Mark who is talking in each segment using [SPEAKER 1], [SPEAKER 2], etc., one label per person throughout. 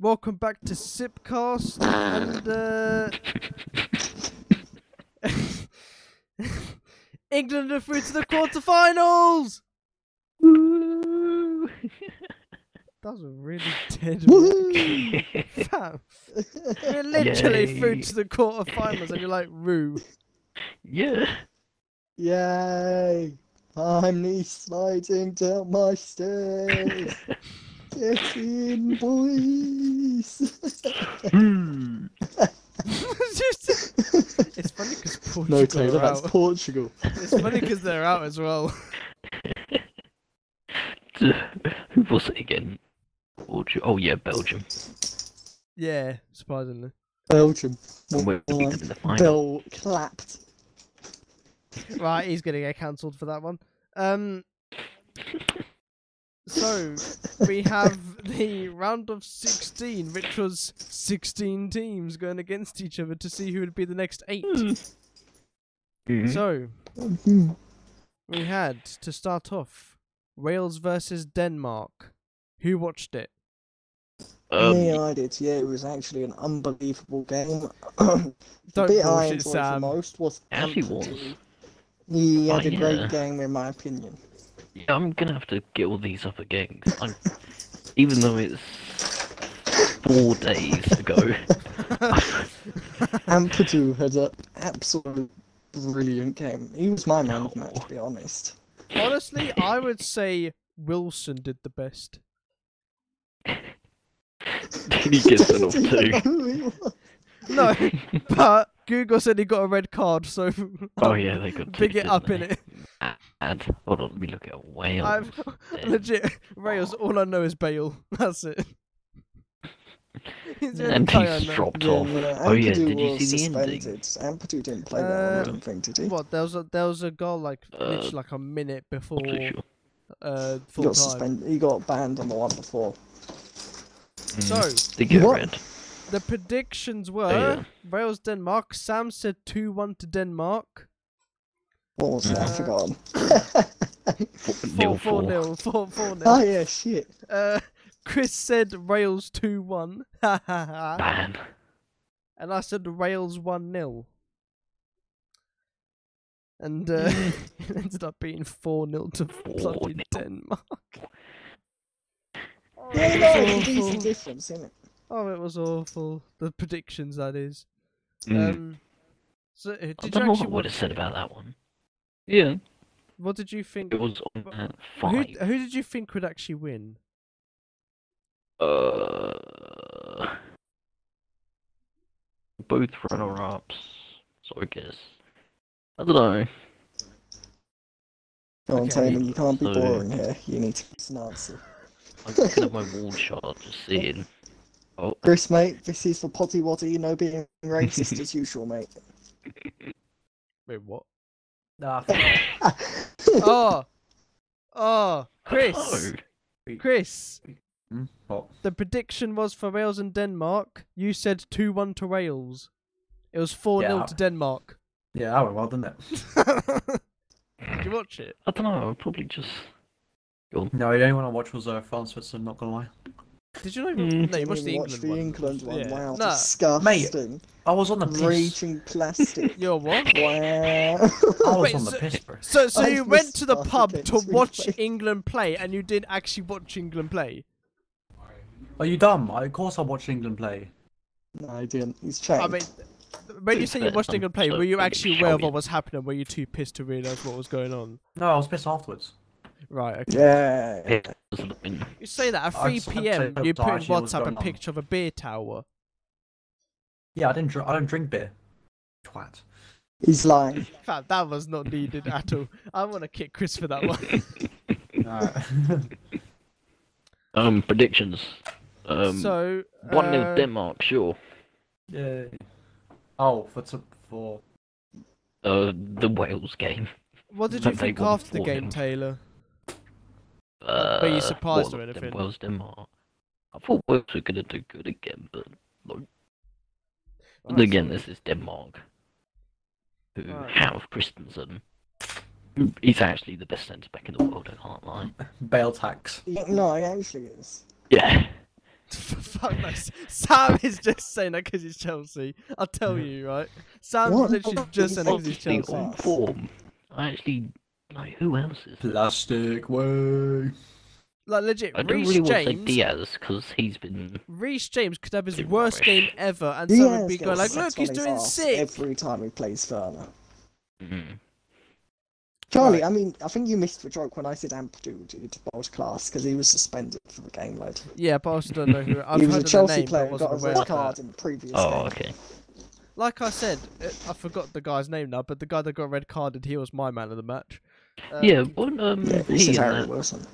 [SPEAKER 1] Welcome back to Sipcast, and uh, England are through to the quarterfinals.
[SPEAKER 2] Woo!
[SPEAKER 1] That was a really dead whack. Fam, We're literally through
[SPEAKER 2] Yay.
[SPEAKER 1] to the quarterfinals, and you're like, "Roo,
[SPEAKER 2] yeah.
[SPEAKER 3] Yay! I'm knee sliding down my stairs. Get in, boys.
[SPEAKER 2] Hmm.
[SPEAKER 1] it's just it's funny because Portugal
[SPEAKER 3] no, Taylor,
[SPEAKER 1] are
[SPEAKER 3] that's
[SPEAKER 1] out.
[SPEAKER 3] Portugal.
[SPEAKER 1] It's funny because they're out as well.
[SPEAKER 2] Who was it again? Belgium. Oh yeah, Belgium.
[SPEAKER 1] Yeah, surprisingly.
[SPEAKER 3] Belgium.
[SPEAKER 2] And we beat them
[SPEAKER 3] Well,
[SPEAKER 2] in the final.
[SPEAKER 3] Bell clapped.
[SPEAKER 1] Right, he's gonna get cancelled for that one. Um, so we have the round of sixteen, which was sixteen teams going against each other to see who would be the next eight.
[SPEAKER 2] Mhm.
[SPEAKER 1] So
[SPEAKER 3] Mhm.
[SPEAKER 1] we had to start off Wales versus Denmark. Who watched it?
[SPEAKER 2] Um,
[SPEAKER 3] Me, I did. Yeah, it was actually an unbelievable game. the
[SPEAKER 1] Don't
[SPEAKER 3] bit I
[SPEAKER 1] bullshit,
[SPEAKER 3] enjoyed the
[SPEAKER 1] Sam.
[SPEAKER 3] most was
[SPEAKER 2] Actually was.
[SPEAKER 3] Ampadu. He had
[SPEAKER 2] Oh,
[SPEAKER 3] a great
[SPEAKER 2] yeah.
[SPEAKER 3] game, in my opinion.
[SPEAKER 2] yeah, I'm gonna have to get all these up again. 'cause I'm, even though it's four days ago.
[SPEAKER 3] Ampadu had an absolute brilliant game. He was my man of the match,
[SPEAKER 2] No.
[SPEAKER 3] to be honest.
[SPEAKER 1] Honestly, I would say Wilson did the best.
[SPEAKER 2] he gets it off
[SPEAKER 3] Do you
[SPEAKER 2] too.
[SPEAKER 3] know who he was?
[SPEAKER 1] No, but Google said he got a red card, so
[SPEAKER 2] Oh yeah, they got
[SPEAKER 1] big it
[SPEAKER 2] two,
[SPEAKER 1] up in
[SPEAKER 2] didn't
[SPEAKER 1] it.
[SPEAKER 2] they? And hold on, let me look at Wales.
[SPEAKER 1] I've
[SPEAKER 2] then.
[SPEAKER 1] legit Rails.
[SPEAKER 2] Oh.
[SPEAKER 1] All I know is Bale. That's it. It's the only
[SPEAKER 2] and
[SPEAKER 1] player Oh, I
[SPEAKER 2] he's
[SPEAKER 1] know.
[SPEAKER 2] dropped
[SPEAKER 3] Yeah,
[SPEAKER 2] off.
[SPEAKER 3] no,
[SPEAKER 2] Oh, yeah,
[SPEAKER 3] Ampadu
[SPEAKER 2] did you
[SPEAKER 3] was
[SPEAKER 2] see the ending?
[SPEAKER 3] suspended. Ampadu didn't play that one,
[SPEAKER 1] Uh,
[SPEAKER 3] I don't think, did he?
[SPEAKER 1] What? There was a there was a goal like
[SPEAKER 2] Uh,
[SPEAKER 1] literally like a minute before
[SPEAKER 2] Not too sure.
[SPEAKER 1] uh
[SPEAKER 3] He
[SPEAKER 1] full
[SPEAKER 3] got,
[SPEAKER 1] time.
[SPEAKER 3] suspended. he got banned on the one before.
[SPEAKER 1] So
[SPEAKER 2] They get
[SPEAKER 3] What?
[SPEAKER 2] red.
[SPEAKER 1] the predictions were
[SPEAKER 2] yeah.
[SPEAKER 1] Wales Denmark. Sam said two one to Denmark.
[SPEAKER 3] What was that?
[SPEAKER 1] Uh,
[SPEAKER 3] I forgot.
[SPEAKER 1] Four four
[SPEAKER 2] Four, nil four.
[SPEAKER 1] nil. Four four
[SPEAKER 3] oh,
[SPEAKER 1] nil.
[SPEAKER 3] yeah, shit.
[SPEAKER 1] Uh, Chris said Rails two one. Ha ha ha.
[SPEAKER 2] Ban.
[SPEAKER 1] And I said Rails one 0 And uh,
[SPEAKER 2] Mm.
[SPEAKER 1] it ended up being four 0 to bloody
[SPEAKER 2] 4-0.
[SPEAKER 1] Denmark.
[SPEAKER 3] Yeah, no, it's a
[SPEAKER 1] Awful.
[SPEAKER 3] decent difference, isn't it?
[SPEAKER 1] Oh, it was awful. The predictions, that is.
[SPEAKER 2] Mm.
[SPEAKER 1] Um, so, uh,
[SPEAKER 2] I
[SPEAKER 1] did you
[SPEAKER 2] don't know what I
[SPEAKER 1] actually
[SPEAKER 2] would
[SPEAKER 1] watch
[SPEAKER 2] have said
[SPEAKER 1] it?
[SPEAKER 2] about that one. Yeah,
[SPEAKER 1] What did you think?
[SPEAKER 2] it was on
[SPEAKER 1] But-
[SPEAKER 2] uh,
[SPEAKER 1] Who,
[SPEAKER 2] five.
[SPEAKER 1] who did you think would actually win?
[SPEAKER 2] Uh, both runner-ups. So I guess. I don't know.
[SPEAKER 3] Go on,
[SPEAKER 1] Okay.
[SPEAKER 3] Taylor, you can't be
[SPEAKER 2] So-
[SPEAKER 3] boring here. You need to give us an answer.
[SPEAKER 2] I'm looking at my wall chart, just seeing. Oh,
[SPEAKER 3] Chris, mate, this is for Potty Wotty, no being racist as usual, mate.
[SPEAKER 1] Wait, what? Nah. oh, oh, Chris,
[SPEAKER 2] hello.
[SPEAKER 1] Chris.
[SPEAKER 4] Hmm, what?
[SPEAKER 1] The prediction was for Wales and Denmark. You said two one to Wales. It was four 0
[SPEAKER 4] Yeah.
[SPEAKER 1] to Denmark.
[SPEAKER 4] Yeah, that went well, didn't it?
[SPEAKER 1] did you watch it?
[SPEAKER 2] I don't know. I'll probably just.
[SPEAKER 4] No, the only one I watched was uh, France Switzerland, not gonna lie.
[SPEAKER 1] Did you not even?
[SPEAKER 2] Mm.
[SPEAKER 1] No, you
[SPEAKER 3] Hmm. Didn't
[SPEAKER 1] watched the
[SPEAKER 3] even watch
[SPEAKER 1] England
[SPEAKER 3] the
[SPEAKER 1] one.
[SPEAKER 3] England one.
[SPEAKER 1] Yeah.
[SPEAKER 3] Wow,
[SPEAKER 1] Nah.
[SPEAKER 3] disgusting.
[SPEAKER 4] I was on the piss.
[SPEAKER 3] Raging plastic.
[SPEAKER 1] You're what?
[SPEAKER 3] wow.
[SPEAKER 4] I was
[SPEAKER 1] Wait,
[SPEAKER 4] on the
[SPEAKER 1] so-
[SPEAKER 4] piss, bro.
[SPEAKER 1] So, so
[SPEAKER 3] I
[SPEAKER 1] you
[SPEAKER 3] was
[SPEAKER 1] went to the
[SPEAKER 3] startled
[SPEAKER 1] pub
[SPEAKER 3] against
[SPEAKER 1] to
[SPEAKER 3] England
[SPEAKER 1] watch
[SPEAKER 3] play.
[SPEAKER 1] England play, and you did actually watch England play.
[SPEAKER 4] Are you dumb? I, of course I watched England play.
[SPEAKER 3] no, I didn't. He's chatting.
[SPEAKER 1] I mean, when you say you
[SPEAKER 2] fair,
[SPEAKER 1] watched
[SPEAKER 2] I'm
[SPEAKER 1] England play,
[SPEAKER 2] so
[SPEAKER 1] were you
[SPEAKER 2] fucking
[SPEAKER 1] actually aware of
[SPEAKER 2] shabby.
[SPEAKER 1] what was happening? Were you too pissed to realise what was going on?
[SPEAKER 4] No, I was pissed afterwards.
[SPEAKER 1] Right. Okay.
[SPEAKER 3] yeah.
[SPEAKER 2] It doesn't have been-
[SPEAKER 1] You say that at
[SPEAKER 4] I
[SPEAKER 1] 3
[SPEAKER 4] just had
[SPEAKER 1] p.m.
[SPEAKER 4] to
[SPEAKER 1] You put in
[SPEAKER 4] actually what's
[SPEAKER 1] WhatsApp a
[SPEAKER 4] going on.
[SPEAKER 1] picture of a beer tower.
[SPEAKER 4] Yeah, I didn't. Dr- I don't drink beer. Twat.
[SPEAKER 3] He's lying.
[SPEAKER 1] Fam, that was not needed at all. I want to kick Chris for that one.
[SPEAKER 2] Um, predictions. Um,
[SPEAKER 1] so
[SPEAKER 2] one nil
[SPEAKER 1] uh,
[SPEAKER 2] Denmark, sure.
[SPEAKER 4] yeah. Oh, for t- for
[SPEAKER 2] Uh, the Wales game.
[SPEAKER 1] What did you
[SPEAKER 2] They
[SPEAKER 1] think
[SPEAKER 2] won
[SPEAKER 1] after the
[SPEAKER 2] 4-0.
[SPEAKER 1] game, Taylor?
[SPEAKER 2] Uh,
[SPEAKER 1] Were you surprised
[SPEAKER 2] what,
[SPEAKER 1] or anything?
[SPEAKER 2] Den- Wales Denmark. I thought Wales were gonna do good again, but
[SPEAKER 1] Alright,
[SPEAKER 2] again,
[SPEAKER 1] so-
[SPEAKER 2] this is Denmark, who
[SPEAKER 1] Right.
[SPEAKER 2] have Christensen. who- He's actually the best centre back in the world. I can't lie.
[SPEAKER 4] bail tax.
[SPEAKER 3] Yeah, No, he actually is.
[SPEAKER 2] Yeah,
[SPEAKER 1] For fuck no. S- Sam is just saying that because he's Chelsea. I'll tell you, right? Sam's
[SPEAKER 3] What?
[SPEAKER 1] literally just saying that because he's Chelsea.
[SPEAKER 2] Honestly, on form, I actually like who else is? there?
[SPEAKER 4] Plastic way.
[SPEAKER 1] Like legit,
[SPEAKER 2] I don't
[SPEAKER 1] Reece
[SPEAKER 2] really want to say
[SPEAKER 1] James.
[SPEAKER 2] Diaz because he's been
[SPEAKER 1] Reece James could have his
[SPEAKER 2] Too
[SPEAKER 1] worst
[SPEAKER 2] rubbish.
[SPEAKER 1] game ever, and
[SPEAKER 3] Diaz
[SPEAKER 1] someone would be
[SPEAKER 3] gets
[SPEAKER 1] going like, "Look,
[SPEAKER 3] sacked
[SPEAKER 1] he's
[SPEAKER 3] on his
[SPEAKER 1] doing
[SPEAKER 3] arse
[SPEAKER 1] sick."
[SPEAKER 3] Every time he plays further.
[SPEAKER 2] mm,
[SPEAKER 3] Charlie, I mean, I think you missed the joke when I said amplitude due to bold class because he was suspended for the game, lad.
[SPEAKER 1] Yeah, but I also don't know who. I've
[SPEAKER 3] he
[SPEAKER 1] heard
[SPEAKER 3] was a
[SPEAKER 1] of the
[SPEAKER 3] Chelsea
[SPEAKER 1] name, but I
[SPEAKER 3] player who
[SPEAKER 1] wasn't
[SPEAKER 3] got a
[SPEAKER 1] aware
[SPEAKER 3] red
[SPEAKER 1] of
[SPEAKER 3] card
[SPEAKER 1] that.
[SPEAKER 3] in the previous
[SPEAKER 2] oh
[SPEAKER 3] game.
[SPEAKER 2] okay.
[SPEAKER 1] Like I said, uh, I forgot the guy's name now, but the guy that got red carded, he was my man of the match. Uh,
[SPEAKER 2] yeah, what um
[SPEAKER 3] Yeah, this
[SPEAKER 2] he
[SPEAKER 3] is
[SPEAKER 2] and
[SPEAKER 3] Harry
[SPEAKER 2] that,
[SPEAKER 3] Wilson.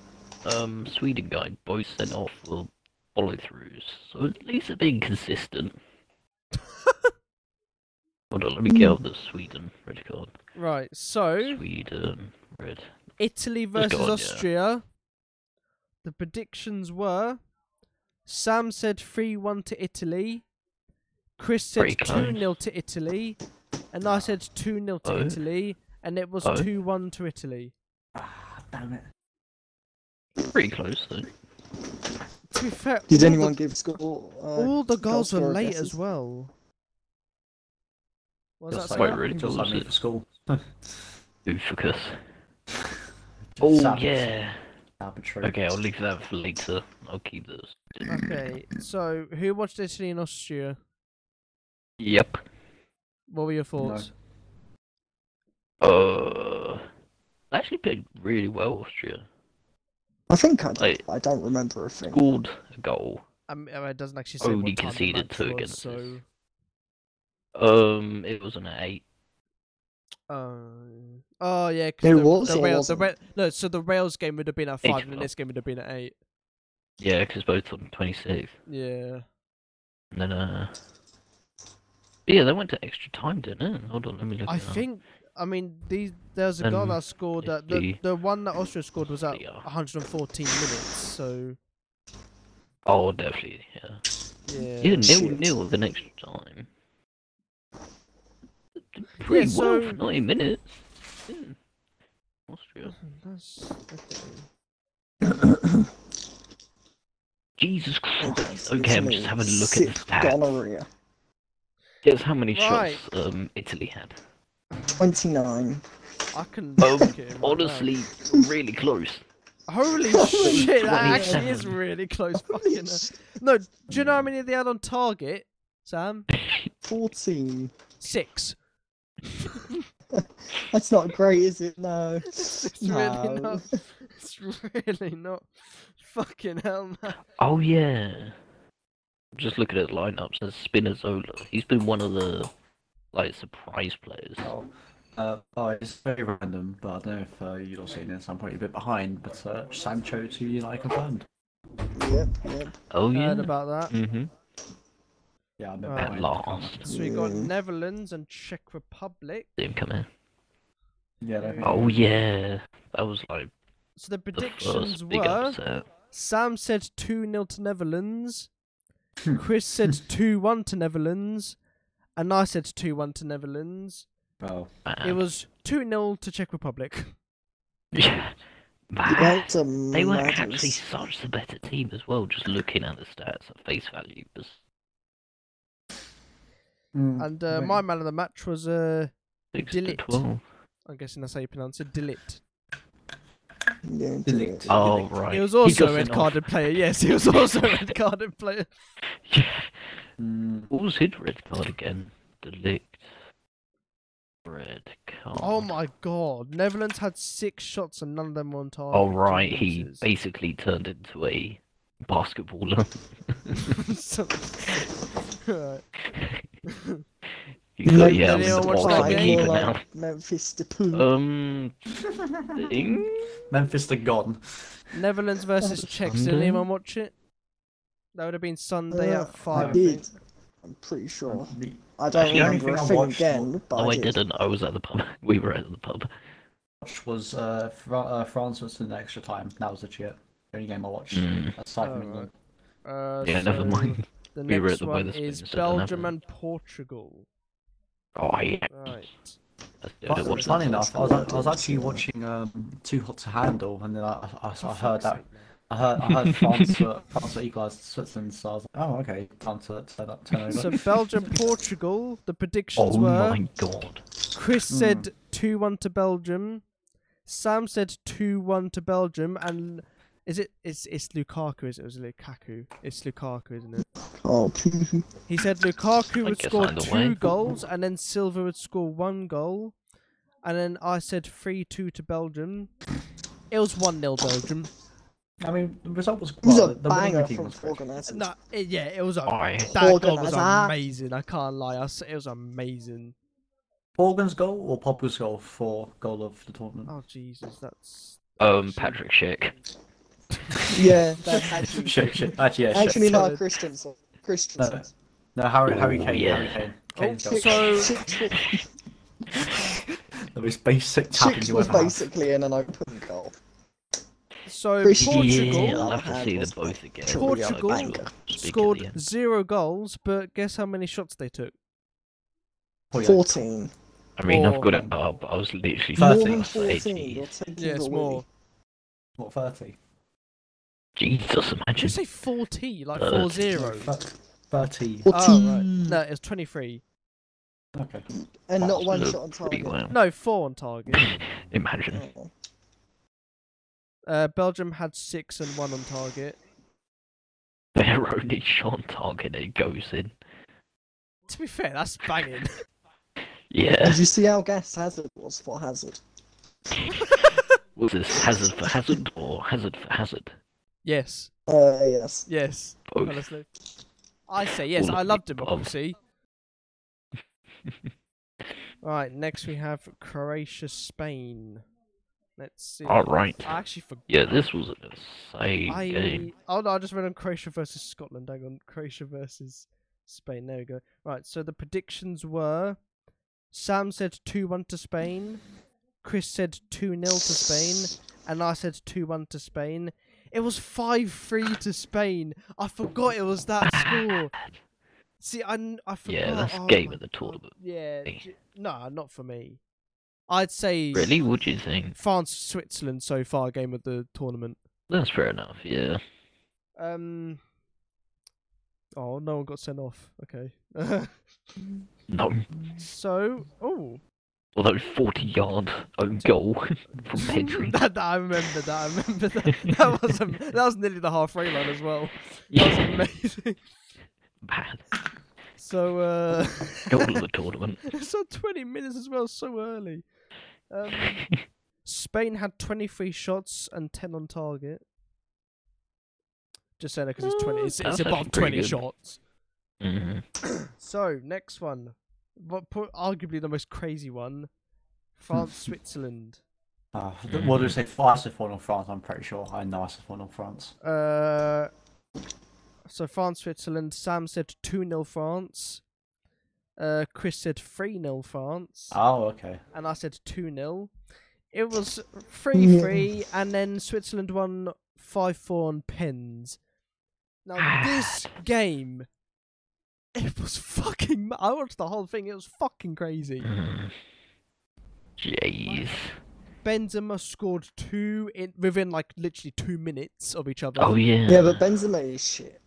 [SPEAKER 2] um Sweden guy both sent off for follow throughs, so at least they're being consistent. Hold on, let me get out the Sweden red card.
[SPEAKER 1] Right. So
[SPEAKER 2] Sweden red.
[SPEAKER 1] Italy
[SPEAKER 2] Just
[SPEAKER 1] versus
[SPEAKER 2] go on, yeah.
[SPEAKER 1] Austria. The predictions were: Sam said three-one to Italy. Chris said
[SPEAKER 2] Pretty close.
[SPEAKER 1] two 0 to Italy, and I said two 0 to
[SPEAKER 2] Oh.
[SPEAKER 1] Italy, and it was
[SPEAKER 2] Oh.
[SPEAKER 1] two-one to Italy.
[SPEAKER 4] Ah, damn it.
[SPEAKER 2] Pretty close though.
[SPEAKER 1] To be fair,
[SPEAKER 3] Did
[SPEAKER 1] all
[SPEAKER 3] anyone
[SPEAKER 1] The,
[SPEAKER 3] give score? Uh,
[SPEAKER 1] all the
[SPEAKER 3] goal
[SPEAKER 1] goals were
[SPEAKER 3] scorer
[SPEAKER 1] late
[SPEAKER 3] guesses?
[SPEAKER 1] as well. Was
[SPEAKER 2] Just
[SPEAKER 1] that
[SPEAKER 2] like
[SPEAKER 1] Sam?
[SPEAKER 2] really
[SPEAKER 4] just like me
[SPEAKER 2] does it.
[SPEAKER 4] for school.
[SPEAKER 2] Oofacus. Oh
[SPEAKER 4] Savage.
[SPEAKER 2] yeah.
[SPEAKER 4] Arbitrary.
[SPEAKER 2] Okay, I'll leave that for later. I'll keep this.
[SPEAKER 1] Okay, so who watched Italy and Austria?
[SPEAKER 2] Yep.
[SPEAKER 1] What were your thoughts?
[SPEAKER 2] Uh, they actually played really well. Austria
[SPEAKER 3] I think I did.
[SPEAKER 2] Like-
[SPEAKER 3] I don't remember a thing.
[SPEAKER 2] scored a goal.
[SPEAKER 1] I mean, it doesn't actually say
[SPEAKER 2] Only
[SPEAKER 1] what time the
[SPEAKER 2] conceded
[SPEAKER 1] match
[SPEAKER 2] two
[SPEAKER 1] was,
[SPEAKER 2] against us.
[SPEAKER 1] so...
[SPEAKER 2] Um, it was an eight.
[SPEAKER 1] Um, oh yeah, 'cause
[SPEAKER 3] There
[SPEAKER 1] the,
[SPEAKER 3] was
[SPEAKER 1] the
[SPEAKER 3] or
[SPEAKER 1] Rails. The
[SPEAKER 3] wasn't?
[SPEAKER 1] Ra- no, so the Rails game would have been at
[SPEAKER 2] Eight
[SPEAKER 1] five, and then
[SPEAKER 2] o'clock.
[SPEAKER 1] this game would have been at eight.
[SPEAKER 2] Yeah, because both on twenty six.
[SPEAKER 1] Yeah.
[SPEAKER 2] And then uh, yeah, they went to extra time, didn't it? Hold on, let me look.
[SPEAKER 1] I
[SPEAKER 2] it up.
[SPEAKER 1] think. I mean, these there's a goal
[SPEAKER 2] Um,
[SPEAKER 1] that scored. That the,
[SPEAKER 2] Italy.
[SPEAKER 1] the one that Austria scored was at
[SPEAKER 2] Austria.
[SPEAKER 1] 114 minutes. So
[SPEAKER 2] Oh, definitely. Yeah.
[SPEAKER 1] yeah.
[SPEAKER 2] Yeah, nil
[SPEAKER 3] Shit.
[SPEAKER 2] nil the next time. Did Pretty well
[SPEAKER 1] so-
[SPEAKER 2] for ninety minutes. Yeah. Austria.
[SPEAKER 1] That's okay.
[SPEAKER 2] Jesus Christ. Okay, I'm just having a look
[SPEAKER 3] Sip
[SPEAKER 2] at the stats.
[SPEAKER 3] gonorrhea.
[SPEAKER 2] Guess how many
[SPEAKER 1] Right.
[SPEAKER 2] shots um Italy had.
[SPEAKER 3] 29.
[SPEAKER 1] I can.
[SPEAKER 2] Oh,
[SPEAKER 1] look at it right now.
[SPEAKER 2] Honestly, really close.
[SPEAKER 1] Holy
[SPEAKER 3] Holy
[SPEAKER 1] shit! That actually is
[SPEAKER 2] 27.
[SPEAKER 1] really close.
[SPEAKER 3] Holy
[SPEAKER 1] Fucking. hell.
[SPEAKER 3] shit,
[SPEAKER 1] No, do you know how many they had on target, Sam?
[SPEAKER 3] 14.
[SPEAKER 1] Six.
[SPEAKER 3] That's not great, is it? No.
[SPEAKER 1] It's
[SPEAKER 3] no.
[SPEAKER 1] really not. It's really not. Fucking hell, man.
[SPEAKER 2] Oh yeah. Just look at his lineups. There's Spinazzola. He's been one of the like surprise players.
[SPEAKER 4] Oh, uh, oh, it's very random, but I don't know if uh, you've all seen this. I'm probably a bit behind, but uh, Sancho to United confirmed.
[SPEAKER 3] Yep, yep.
[SPEAKER 2] Oh yeah.
[SPEAKER 1] Heard about that.
[SPEAKER 2] Mm-hmm.
[SPEAKER 4] Yeah, I'm a bit
[SPEAKER 1] Right.
[SPEAKER 2] At
[SPEAKER 4] behind. I can't-
[SPEAKER 2] last.
[SPEAKER 1] So we got
[SPEAKER 3] Yeah.
[SPEAKER 1] Netherlands and Czech Republic.
[SPEAKER 2] See him come in.
[SPEAKER 4] Yeah, I don't think-
[SPEAKER 2] Oh yeah. That was like
[SPEAKER 1] So the
[SPEAKER 2] the
[SPEAKER 1] predictions
[SPEAKER 2] first big
[SPEAKER 1] were
[SPEAKER 2] upset.
[SPEAKER 1] Sam said 2 0 to Netherlands, Chris said 2 1 to Netherlands, and I said 2 1 to Netherlands.
[SPEAKER 4] Well,
[SPEAKER 1] It
[SPEAKER 2] Man.
[SPEAKER 1] was 2 0 to Czech Republic.
[SPEAKER 2] Yeah. Man.
[SPEAKER 3] That's a
[SPEAKER 2] Ah, They were
[SPEAKER 3] madness.
[SPEAKER 2] actually such the better team as well, just looking at the stats at face value. But
[SPEAKER 4] mm,
[SPEAKER 1] And uh, my man of the match was, uh,
[SPEAKER 2] six to
[SPEAKER 1] Delete.
[SPEAKER 2] 12.
[SPEAKER 1] I'm guessing that's how you pronounce it, Dilit.
[SPEAKER 3] Yeah,
[SPEAKER 4] Delete.
[SPEAKER 3] yeah.
[SPEAKER 2] Oh, right.
[SPEAKER 1] He was
[SPEAKER 2] got
[SPEAKER 1] also a
[SPEAKER 2] sent
[SPEAKER 1] red
[SPEAKER 2] off.
[SPEAKER 1] carded player. Yes, he was also a red carded player.
[SPEAKER 2] Yeah.
[SPEAKER 4] Mm,
[SPEAKER 2] What was his red card again? Delict. Red card.
[SPEAKER 1] Oh my god. Netherlands had six shots and none of them were on target.
[SPEAKER 2] Oh right, he
[SPEAKER 1] Jesus.
[SPEAKER 2] basically turned into a basketballer.
[SPEAKER 1] So- Right.
[SPEAKER 2] He's like,
[SPEAKER 3] Did
[SPEAKER 2] yeah, I'm in
[SPEAKER 1] anyone
[SPEAKER 2] the
[SPEAKER 1] watch that
[SPEAKER 2] box, I'm
[SPEAKER 1] game?
[SPEAKER 2] keeper
[SPEAKER 1] Well,
[SPEAKER 2] now.
[SPEAKER 3] like Memphis Depay.
[SPEAKER 2] Um, thing?
[SPEAKER 4] Memphis the gone.
[SPEAKER 1] Netherlands versus Czech. Did
[SPEAKER 2] Sunday?
[SPEAKER 1] anyone watch it? That would have been Sunday
[SPEAKER 3] Uh,
[SPEAKER 1] at
[SPEAKER 2] Oh,
[SPEAKER 1] five.
[SPEAKER 3] I
[SPEAKER 1] I think.
[SPEAKER 3] did. I'm pretty sure.
[SPEAKER 4] Me-
[SPEAKER 3] I don't
[SPEAKER 4] The
[SPEAKER 3] remember
[SPEAKER 4] only thing
[SPEAKER 3] a
[SPEAKER 4] I
[SPEAKER 3] thing
[SPEAKER 4] watched
[SPEAKER 3] again, but
[SPEAKER 2] Oh,
[SPEAKER 3] I
[SPEAKER 2] I
[SPEAKER 3] did.
[SPEAKER 2] didn't. I was at the pub. We were at the pub.
[SPEAKER 4] Watch was uh, Fra- uh, France was in the extra time. That was legit. The only game I watched
[SPEAKER 2] Mm.
[SPEAKER 4] aside
[SPEAKER 1] Oh,
[SPEAKER 4] from England.
[SPEAKER 1] Uh,
[SPEAKER 2] Yeah, never
[SPEAKER 1] so
[SPEAKER 2] mind.
[SPEAKER 1] The
[SPEAKER 2] We were at
[SPEAKER 1] next
[SPEAKER 2] the
[SPEAKER 1] one
[SPEAKER 2] Wetherspoons
[SPEAKER 1] is
[SPEAKER 2] at the
[SPEAKER 1] Belgium
[SPEAKER 2] Netherlands.
[SPEAKER 1] and Portugal.
[SPEAKER 2] Oh yeah.
[SPEAKER 1] Right.
[SPEAKER 2] That's the
[SPEAKER 4] But
[SPEAKER 2] other one.
[SPEAKER 4] funny enough, I was, I was
[SPEAKER 3] Yeah.
[SPEAKER 1] Oh,
[SPEAKER 4] actually watching um, Too Hot to Handle, and then I, I, I heard that I heard, I heard France, were, France were equalised to Switzerland, so I was like, oh, okay, time to turn up, turn over.
[SPEAKER 1] So Belgium, Portugal. The predictions
[SPEAKER 2] Oh
[SPEAKER 1] were
[SPEAKER 2] my god.
[SPEAKER 1] Chris said two one to Belgium. Sam said two one to Belgium, and is it? It's it's Lukaku. Is it? it was Lukaku. It's Lukaku, isn't it?
[SPEAKER 3] Oh,
[SPEAKER 1] He said Lukaku
[SPEAKER 2] I
[SPEAKER 1] would
[SPEAKER 2] guess
[SPEAKER 1] score
[SPEAKER 2] either
[SPEAKER 1] two
[SPEAKER 2] way.
[SPEAKER 1] goals, and then Silva would score one goal, and then I said three two to Belgium. It was one 0 Belgium.
[SPEAKER 4] I mean, the result was
[SPEAKER 3] it was
[SPEAKER 4] well,
[SPEAKER 3] a
[SPEAKER 4] the winning
[SPEAKER 3] banger
[SPEAKER 4] team
[SPEAKER 3] from
[SPEAKER 4] was good.
[SPEAKER 3] organisers.
[SPEAKER 1] No, it, yeah, it was. A,
[SPEAKER 2] Alright.
[SPEAKER 1] that goal was
[SPEAKER 3] Organiser.
[SPEAKER 1] amazing. I can't lie. I s it was amazing.
[SPEAKER 4] Borgen's goal or Popper's goal for goal of the tournament?
[SPEAKER 1] Oh Jesus, that's
[SPEAKER 2] Um, Patrick Schick.
[SPEAKER 3] Yeah, that's actually
[SPEAKER 4] shit, shit. Actually, yeah, shit.
[SPEAKER 3] actually
[SPEAKER 1] so-
[SPEAKER 3] like Christensen. Christensen.
[SPEAKER 4] No, Harry, Harry Kane,
[SPEAKER 2] yeah.
[SPEAKER 4] Harry Kane.
[SPEAKER 1] Oh,
[SPEAKER 4] Kane's goal.
[SPEAKER 1] so-
[SPEAKER 3] Six, six,
[SPEAKER 4] The most basic tapping
[SPEAKER 3] six
[SPEAKER 4] you
[SPEAKER 3] was
[SPEAKER 4] ever had.
[SPEAKER 3] basically in an open goal.
[SPEAKER 1] so.
[SPEAKER 3] Christian-
[SPEAKER 1] Portugal.
[SPEAKER 2] Yeah, I'll have
[SPEAKER 3] That
[SPEAKER 2] to see them
[SPEAKER 3] was
[SPEAKER 2] both again.
[SPEAKER 1] truly
[SPEAKER 2] so
[SPEAKER 1] a
[SPEAKER 3] banger.
[SPEAKER 2] speak at the
[SPEAKER 1] scored
[SPEAKER 2] end.
[SPEAKER 1] zero goals, but guess how many shots they took?
[SPEAKER 4] Oh, yeah.
[SPEAKER 3] Fourteen.
[SPEAKER 2] I mean, I've
[SPEAKER 1] Four.
[SPEAKER 2] got it up. I was literally
[SPEAKER 4] More
[SPEAKER 3] More
[SPEAKER 4] than
[SPEAKER 3] than
[SPEAKER 2] thinking,
[SPEAKER 3] fourteen. You're
[SPEAKER 2] "Jeez,
[SPEAKER 3] taking
[SPEAKER 1] Yeah,
[SPEAKER 3] the
[SPEAKER 1] it's
[SPEAKER 3] win.
[SPEAKER 1] more.
[SPEAKER 4] What, 30?
[SPEAKER 2] Jesus,
[SPEAKER 1] Did you
[SPEAKER 2] imagine.
[SPEAKER 1] say 40? Like
[SPEAKER 2] Uh,
[SPEAKER 1] 4 0?
[SPEAKER 4] No, thir- 30.
[SPEAKER 1] Oh, right.
[SPEAKER 3] Fourteen.
[SPEAKER 1] No, it was 23.
[SPEAKER 4] Okay.
[SPEAKER 3] And not one
[SPEAKER 2] Absolute
[SPEAKER 3] shot on
[SPEAKER 2] pretty
[SPEAKER 3] target.
[SPEAKER 2] well.
[SPEAKER 1] No, 4 on target.
[SPEAKER 2] Imagine.
[SPEAKER 3] Oh.
[SPEAKER 1] Uh, Belgium had 6 and 1 on target.
[SPEAKER 2] Their only shot on target, it goes in.
[SPEAKER 1] To be fair, that's banging.
[SPEAKER 2] Yeah.
[SPEAKER 3] Did you see how gas hazard was for hazard?
[SPEAKER 2] Was this hazard for hazard or hazard for hazard?
[SPEAKER 1] yes,
[SPEAKER 3] Uh, yes.
[SPEAKER 1] yes,
[SPEAKER 2] Both.
[SPEAKER 1] honestly. I say yes,
[SPEAKER 2] All of
[SPEAKER 1] I
[SPEAKER 2] the
[SPEAKER 1] love
[SPEAKER 2] above.
[SPEAKER 1] democracy. Alright, next we have Croatia Spain. Let's see.
[SPEAKER 2] Alright.
[SPEAKER 1] I actually forgot.
[SPEAKER 2] Yeah, this was an insane game.
[SPEAKER 1] I oh no, I just read on Croatia versus Scotland. Hang on, Croatia versus Spain. There we go. Right, so the predictions were: Sam said two one to Spain, Chris said two 0 to Spain, and I said two one to Spain. It was five three to Spain. I forgot it was that score. See, I, kn- I forgot.
[SPEAKER 2] Yeah, that's
[SPEAKER 1] oh
[SPEAKER 2] game
[SPEAKER 1] my
[SPEAKER 2] of the
[SPEAKER 1] God.
[SPEAKER 2] tournament.
[SPEAKER 1] Yeah,
[SPEAKER 2] Hey.
[SPEAKER 1] j- no, not for me. I'd say
[SPEAKER 2] Really? What do you think?
[SPEAKER 1] France Switzerland so far game of the tournament.
[SPEAKER 2] That's fair enough, yeah.
[SPEAKER 1] Um. Oh, no one got sent off. Okay.
[SPEAKER 2] No.
[SPEAKER 1] so, oh,
[SPEAKER 2] Although 40 yard own goal from Pedri.
[SPEAKER 1] that, that I remember. That I remember. That, that was um, that was nearly the halfway line as well. That was amazing.
[SPEAKER 2] Man,
[SPEAKER 1] So, uh,
[SPEAKER 2] goal of the tournament.
[SPEAKER 1] it's on twenty minutes as well. So early. Um, Spain had twenty-three shots and ten on target. Just saying because it's twenty.
[SPEAKER 2] Mm,
[SPEAKER 1] It's, it's
[SPEAKER 2] that's
[SPEAKER 1] above
[SPEAKER 2] actually pretty
[SPEAKER 1] twenty
[SPEAKER 2] good.
[SPEAKER 1] shots.
[SPEAKER 2] Mhm.
[SPEAKER 1] So next one, what put arguably the most crazy one, France Switzerland.
[SPEAKER 4] Uh, th- What do we say? I said 4 on France, I'm pretty sure. I know I said 4 on France.
[SPEAKER 1] Uh, so France Switzerland. Sam said two 0 France. Uh, Chris said three 0 France,
[SPEAKER 4] Oh, okay.
[SPEAKER 1] and I said two 0 It was three three, and then Switzerland won five four on pens. Now this game, it was fucking. ma- I watched the whole thing. It was fucking crazy.
[SPEAKER 2] Mhm. Jeez.
[SPEAKER 1] Benzema scored two in within like literally two minutes of each other.
[SPEAKER 2] Oh, yeah.
[SPEAKER 3] Yeah, but Benzema is shit.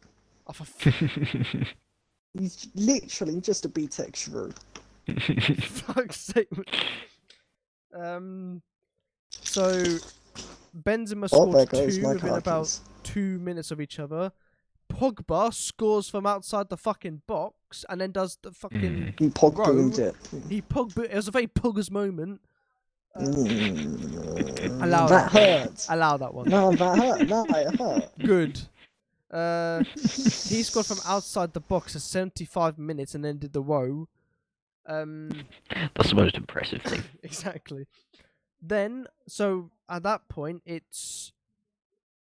[SPEAKER 1] Oh, for fuck's
[SPEAKER 3] He's literally just a B-Tech shrew.
[SPEAKER 1] fuck's sake. Um, so Benzema
[SPEAKER 3] Oh, there
[SPEAKER 1] scored
[SPEAKER 3] goes
[SPEAKER 1] two
[SPEAKER 3] my
[SPEAKER 1] within about
[SPEAKER 3] carcass.
[SPEAKER 1] two minutes of each other. Pogba scores from outside the fucking box and then does the fucking.
[SPEAKER 3] He pog
[SPEAKER 1] Row.
[SPEAKER 3] boomed it.
[SPEAKER 2] Mm.
[SPEAKER 1] He Pogba. It was a very Pogba's moment.
[SPEAKER 3] Mm.
[SPEAKER 1] Uh, Allow that.
[SPEAKER 3] That hurt.
[SPEAKER 1] Allow that one.
[SPEAKER 3] No, that hurt. No, it hurt.
[SPEAKER 1] Good. Uh, he scored from outside the box at 75 minutes and then did the woe. Um,
[SPEAKER 2] That's the most impressive thing.
[SPEAKER 1] exactly. Then, so at that point, it's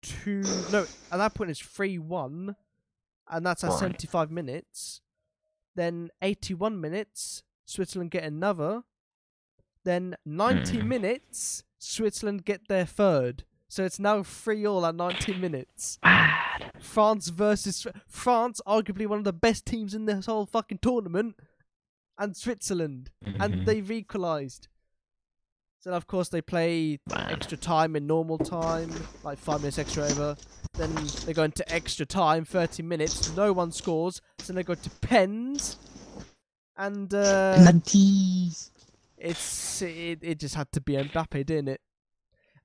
[SPEAKER 1] two. No, at that point, it's 3 1, and that's at
[SPEAKER 2] Right.
[SPEAKER 1] 75 minutes. Then, 81 minutes, Switzerland get another. Then, 90
[SPEAKER 2] Hmm.
[SPEAKER 1] minutes, Switzerland get their third. So it's now 3 all at 90 minutes.
[SPEAKER 2] Mad.
[SPEAKER 1] France versus France, arguably one of the best teams in this whole fucking tournament, and Switzerland,
[SPEAKER 2] Mhm.
[SPEAKER 1] and they've equalised. Then of course they play
[SPEAKER 2] Man.
[SPEAKER 1] extra time in normal time, like five minutes extra over. Then they go into extra time, thirty minutes. No one scores. So they go to pens, and uh,
[SPEAKER 3] Penalties.
[SPEAKER 1] it's it, it just had to be Mbappe, didn't it?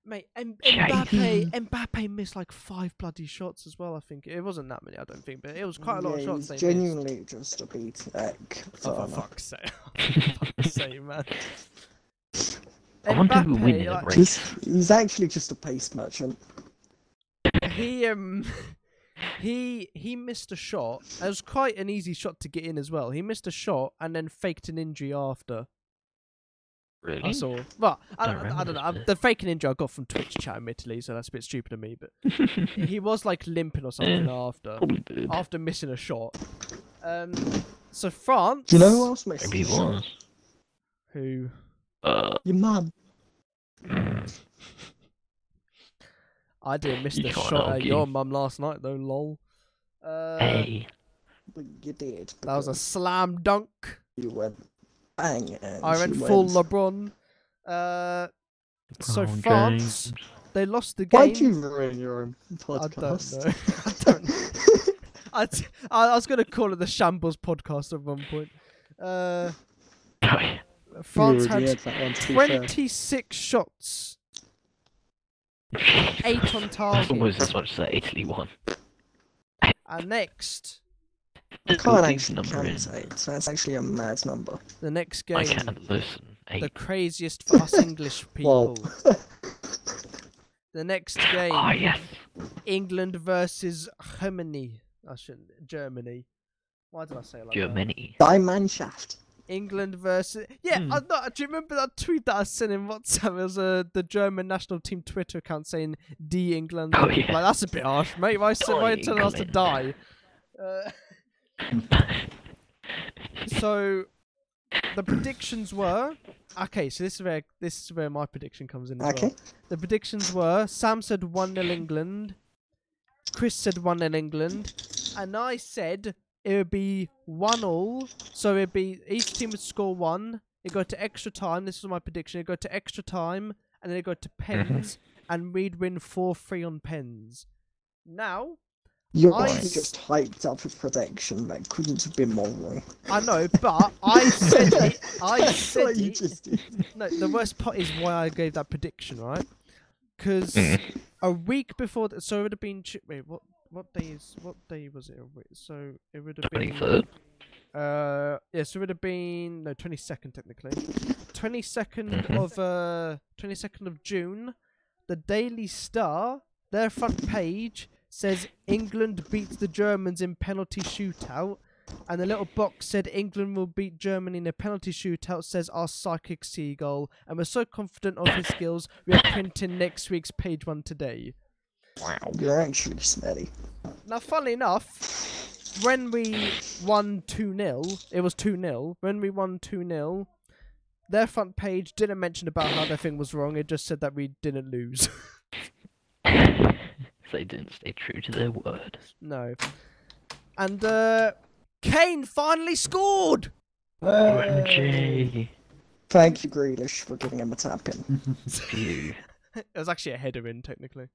[SPEAKER 1] Mate, M-
[SPEAKER 2] Jeez.
[SPEAKER 1] Mbappe, Mbappe missed like five bloody shots as well. I think it wasn't that many. I don't think, but it was quite a lot
[SPEAKER 3] yeah,
[SPEAKER 1] of
[SPEAKER 3] he
[SPEAKER 1] shots.
[SPEAKER 3] was
[SPEAKER 1] They missed.
[SPEAKER 3] genuinely just a beat egg.
[SPEAKER 1] Oh, for
[SPEAKER 3] farmer.
[SPEAKER 1] fuck's sake! For fuck's sake, man.
[SPEAKER 2] I wonder who win
[SPEAKER 1] Mbappe,
[SPEAKER 2] it,
[SPEAKER 1] like,
[SPEAKER 2] right?
[SPEAKER 3] He's, he's actually just a paste merchant.
[SPEAKER 1] he um he he missed a shot. It was quite an easy shot to get in as well. He missed a shot and then faked an injury after.
[SPEAKER 2] Really?
[SPEAKER 1] I saw. Well, I,
[SPEAKER 2] Don't
[SPEAKER 1] I, I,
[SPEAKER 2] remember
[SPEAKER 1] don't know.
[SPEAKER 2] this
[SPEAKER 1] I,
[SPEAKER 2] bit.
[SPEAKER 1] the faking injury I got from Twitch chat, admittedly, so that's a bit stupid of me. But he was like limping or something after
[SPEAKER 2] Probably did.
[SPEAKER 1] after missing a shot. Um, so France.
[SPEAKER 3] Do you know who else missed?
[SPEAKER 2] Maybe
[SPEAKER 3] the
[SPEAKER 2] it
[SPEAKER 3] shot?
[SPEAKER 2] was.
[SPEAKER 1] Who?
[SPEAKER 2] Uh,
[SPEAKER 3] Your mum.
[SPEAKER 1] I didn't miss
[SPEAKER 2] You
[SPEAKER 1] the
[SPEAKER 2] can't
[SPEAKER 1] shot at
[SPEAKER 2] argue.
[SPEAKER 1] your mum last night though. Lol. Uh,
[SPEAKER 2] hey.
[SPEAKER 3] But you did.
[SPEAKER 1] That was a
[SPEAKER 3] because
[SPEAKER 1] slam dunk.
[SPEAKER 3] You went bang. And
[SPEAKER 1] I
[SPEAKER 3] she
[SPEAKER 1] went full
[SPEAKER 3] went,
[SPEAKER 1] LeBron. Uh, so
[SPEAKER 2] LeBron
[SPEAKER 1] France, they lost the game.
[SPEAKER 3] Why'd you ruin your own
[SPEAKER 1] I
[SPEAKER 3] podcast?
[SPEAKER 1] don't know. I don't. I, t- I I was gonna call it the Shambles podcast at one point. Uh,
[SPEAKER 2] James.
[SPEAKER 1] France
[SPEAKER 3] You already
[SPEAKER 1] had
[SPEAKER 3] had that one, to be fair.
[SPEAKER 1] 26 shots, eight on
[SPEAKER 2] That's almost
[SPEAKER 1] target.
[SPEAKER 2] as much as that Italy one.
[SPEAKER 1] And next,
[SPEAKER 3] I
[SPEAKER 2] Just
[SPEAKER 3] can't
[SPEAKER 2] put these
[SPEAKER 3] actually
[SPEAKER 2] number in.
[SPEAKER 3] count to eight, so that's actually a mad number.
[SPEAKER 1] the next
[SPEAKER 2] I
[SPEAKER 1] game,
[SPEAKER 2] can listen. Eight.
[SPEAKER 1] the craziest for us English
[SPEAKER 3] Whoa.
[SPEAKER 1] people. The next game,
[SPEAKER 2] Ah yes.
[SPEAKER 1] England versus Germany. I shouldn't. Germany. Why did I say it like that?
[SPEAKER 2] Germany.
[SPEAKER 3] Die man shaft.
[SPEAKER 1] England versus yeah.
[SPEAKER 2] Hmm.
[SPEAKER 1] I, no, do you remember that tweet that I sent in WhatsApp? It was uh, the German national team Twitter account saying "D England."
[SPEAKER 2] Oh, yeah.
[SPEAKER 1] Like that's a bit harsh, mate. Why
[SPEAKER 2] Die,
[SPEAKER 1] why are you telling us to die?
[SPEAKER 2] England.
[SPEAKER 1] Uh, so the predictions were okay. So this is where this is where my prediction comes in. As
[SPEAKER 3] Okay.
[SPEAKER 1] Well. The predictions were Sam said one 0 England, Chris said one 0 England, and I said it would be one all. So it'd be each team would score one. It go to extra time. This was my prediction. It go to extra time, and then it go to pens, and we'd win four three on pens. Now
[SPEAKER 3] You're
[SPEAKER 1] I
[SPEAKER 3] right,
[SPEAKER 1] s-
[SPEAKER 3] just hyped up a prediction that couldn't have been more wrong.
[SPEAKER 1] I know, but I said it. I
[SPEAKER 3] That's
[SPEAKER 1] said
[SPEAKER 3] what you
[SPEAKER 1] it.
[SPEAKER 3] just did.
[SPEAKER 1] No, the worst part is why I gave that prediction, right? Because a week before, th- so it would have been. Tu- Wait, what? What day is? What day was it? a week- So it would have
[SPEAKER 2] Twenty
[SPEAKER 1] been.
[SPEAKER 2] third.
[SPEAKER 1] Uh, yeah, so it would have been no twenty second technically, twenty
[SPEAKER 2] Mhm.
[SPEAKER 1] of uh twenty second of June. The Daily Star, their front page says England beats the Germans in penalty shootout, and the little box said England will beat Germany in a penalty shootout. Says our psychic seagull, and we're so confident of his skills, we are printing next week's page one today.
[SPEAKER 2] Wow.
[SPEAKER 3] You're actually smelly.
[SPEAKER 1] Now, funnily enough, when we won 2 0, it was 2 0. When we won 2 0, their front page didn't mention about how their thing was wrong. It just said that we didn't lose.
[SPEAKER 2] they didn't stay true to their word.
[SPEAKER 1] no. And, uh, Kane finally scored!
[SPEAKER 2] OMG.
[SPEAKER 3] Thank you, Grealish, for giving him a tap in.
[SPEAKER 2] Phew.
[SPEAKER 1] It was actually a header in, technically.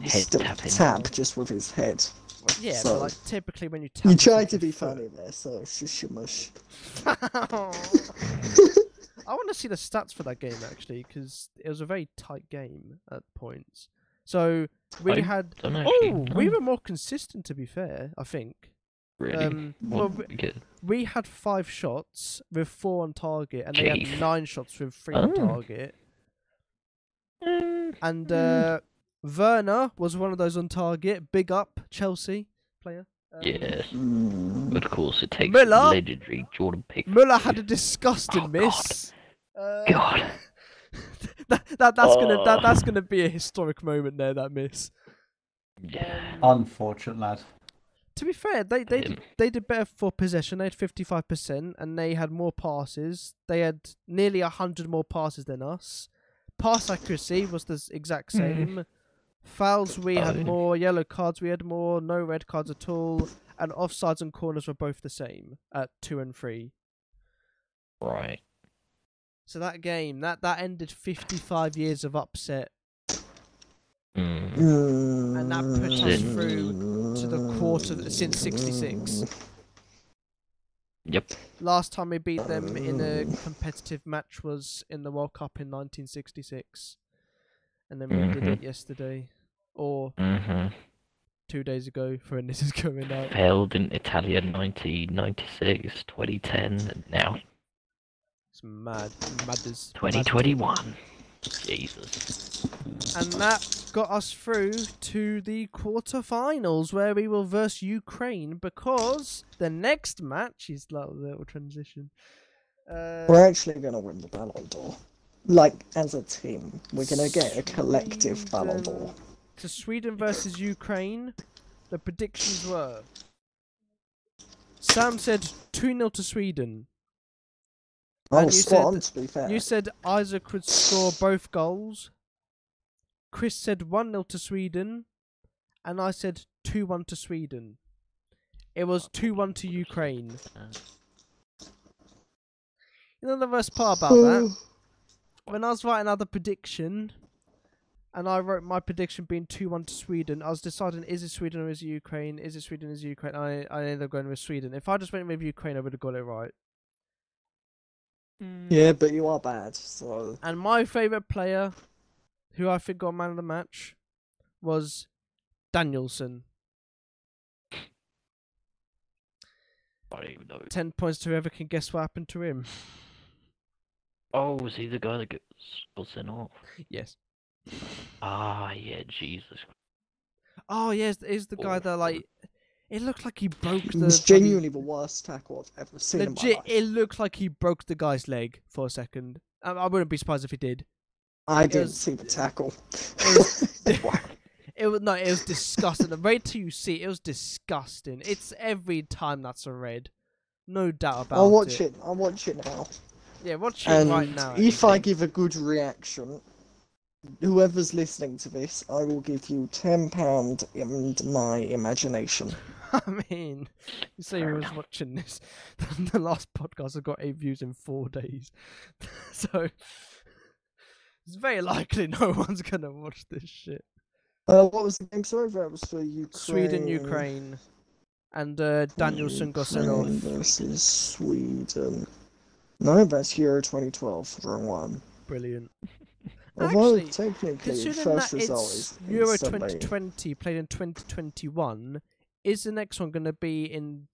[SPEAKER 2] Head
[SPEAKER 3] Still
[SPEAKER 2] tap in.
[SPEAKER 3] tap just with his head.
[SPEAKER 1] Well, yeah,
[SPEAKER 3] So-
[SPEAKER 1] but, like, typically when you tap.
[SPEAKER 3] You
[SPEAKER 1] it's
[SPEAKER 3] tried
[SPEAKER 1] with
[SPEAKER 3] to
[SPEAKER 1] your
[SPEAKER 3] be
[SPEAKER 1] foot.
[SPEAKER 3] funny there, so it's just shmush.
[SPEAKER 1] I want to see the stats for that game actually, because it was a very tight game at points. So we
[SPEAKER 2] I
[SPEAKER 1] had
[SPEAKER 2] Don't actually
[SPEAKER 1] oh,
[SPEAKER 2] know,
[SPEAKER 1] we were more consistent to be fair. I think.
[SPEAKER 2] really.
[SPEAKER 1] Um, well,
[SPEAKER 2] What
[SPEAKER 1] we,
[SPEAKER 2] we get?
[SPEAKER 1] we had five shots with four on target, and they had
[SPEAKER 2] Jeez.
[SPEAKER 1] nine shots with three on
[SPEAKER 2] Oh.
[SPEAKER 1] target.
[SPEAKER 2] Mm,
[SPEAKER 1] And uh, Werner was one of those on target. Big up Chelsea player. Um,
[SPEAKER 2] yes,
[SPEAKER 3] Mm.
[SPEAKER 2] but of course it takes
[SPEAKER 1] Miller?
[SPEAKER 2] legendary Jordan Pickford.
[SPEAKER 1] Muller had a disgusting
[SPEAKER 2] Oh, God.
[SPEAKER 1] miss. Uh,
[SPEAKER 2] God.
[SPEAKER 1] that, that that's gonna that,
[SPEAKER 2] Oh.
[SPEAKER 1] that's gonna be a historic moment there. That miss.
[SPEAKER 2] Yeah.
[SPEAKER 4] Unfortunate lad.
[SPEAKER 1] To be fair, they they did,
[SPEAKER 2] Him.
[SPEAKER 1] they did better for possession. They had fifty five percent, and they had more passes. They had nearly hundred more passes than us. Pass accuracy was the s- exact same. Fouls we had
[SPEAKER 2] Oh.
[SPEAKER 1] more. Yellow cards we had more. No red cards at all. And offsides and corners were both the same at two and three.
[SPEAKER 2] Right.
[SPEAKER 1] So that game that that ended 55 years of upset
[SPEAKER 2] Mm.
[SPEAKER 3] And
[SPEAKER 1] that put
[SPEAKER 2] us
[SPEAKER 1] through to the quarter since 66.
[SPEAKER 3] Mm.
[SPEAKER 2] Yep.
[SPEAKER 1] Last time we beat them in a competitive match was in the World Cup in 1966, and then we did it yesterday or
[SPEAKER 2] Mm-hmm.
[SPEAKER 1] two days ago for when this is going out.
[SPEAKER 2] Failed in Italia 1996, 2010, and now
[SPEAKER 1] It's mad, mad as mad.
[SPEAKER 2] 2021. Jesus.
[SPEAKER 1] And that got us through to the quarterfinals where we will verse Ukraine because the next match is like a little transition. Uh,
[SPEAKER 3] We're actually gonna win the Ballon d'Or. Like as a team, we're gonna get a collective Ballon d'Or.
[SPEAKER 1] to Sweden versus Ukraine. The predictions were Sam said 2 0 to Sweden.
[SPEAKER 3] I
[SPEAKER 1] And
[SPEAKER 3] was
[SPEAKER 1] you
[SPEAKER 3] spot
[SPEAKER 1] said-
[SPEAKER 3] on, Oh, to be fair.
[SPEAKER 1] You said Isaac would score both goals. Chris said 1 0 to Sweden. And I said 2 1 to Sweden. It was 2 1 to Ukraine. You know the worst part about that? When I was writing out the prediction, and I wrote my prediction being 2 1 to Sweden, I was deciding is it Sweden or is it Ukraine? Is it Sweden or is it Ukraine? I, I ended up going with Sweden. If I just went with Ukraine, I would have got it right.
[SPEAKER 3] Yeah, but you are bad, so
[SPEAKER 1] And my favourite player, who I think got man of the match, was Danielson.
[SPEAKER 2] I don't even know.
[SPEAKER 1] 10 points to whoever can guess what happened to him.
[SPEAKER 2] Oh, was he the guy that gets was sent off?
[SPEAKER 1] Yes.
[SPEAKER 2] Ah, yeah, Jesus.
[SPEAKER 1] Oh, yes, it is the guy that, like, it looked like he broke the.
[SPEAKER 3] it was
[SPEAKER 1] bloody-
[SPEAKER 3] genuinely the worst tackle I've ever seen in my
[SPEAKER 1] Legit,
[SPEAKER 3] life.
[SPEAKER 1] it looked like he broke the guy's leg for a second. I, I wouldn't be surprised if he did.
[SPEAKER 3] I didn't
[SPEAKER 1] was-
[SPEAKER 3] see the tackle.
[SPEAKER 1] It was no, it was disgusting. The red till you see, it, it was disgusting. It's every time that's a red, no doubt about
[SPEAKER 3] I'll watch
[SPEAKER 1] it.
[SPEAKER 3] it. I'll watch it now.
[SPEAKER 1] Yeah, watch it
[SPEAKER 3] And
[SPEAKER 1] right now.
[SPEAKER 3] if I
[SPEAKER 1] actually.
[SPEAKER 3] give a good reaction, whoever's listening to this, I will give you ten pound in my imagination.
[SPEAKER 1] I mean, you say I was watching this. The last podcast I got eight views in four days, so it's very likely no one's gonna watch this shit.
[SPEAKER 3] Uh, what was the game? Sorry, that was for Ukraine.
[SPEAKER 1] Sweden, Ukraine, and uh, Danielson got sent
[SPEAKER 3] Ukraine
[SPEAKER 1] off.
[SPEAKER 3] versus Sweden. No, that's Euro 2012. Wrong one.
[SPEAKER 1] Brilliant.
[SPEAKER 3] Although
[SPEAKER 1] Actually,
[SPEAKER 3] technically,
[SPEAKER 1] Considering
[SPEAKER 3] first
[SPEAKER 1] that
[SPEAKER 3] result
[SPEAKER 1] it's
[SPEAKER 3] is
[SPEAKER 1] Euro
[SPEAKER 3] Sunday.
[SPEAKER 1] 2020 played in 2021, is the next one going to be in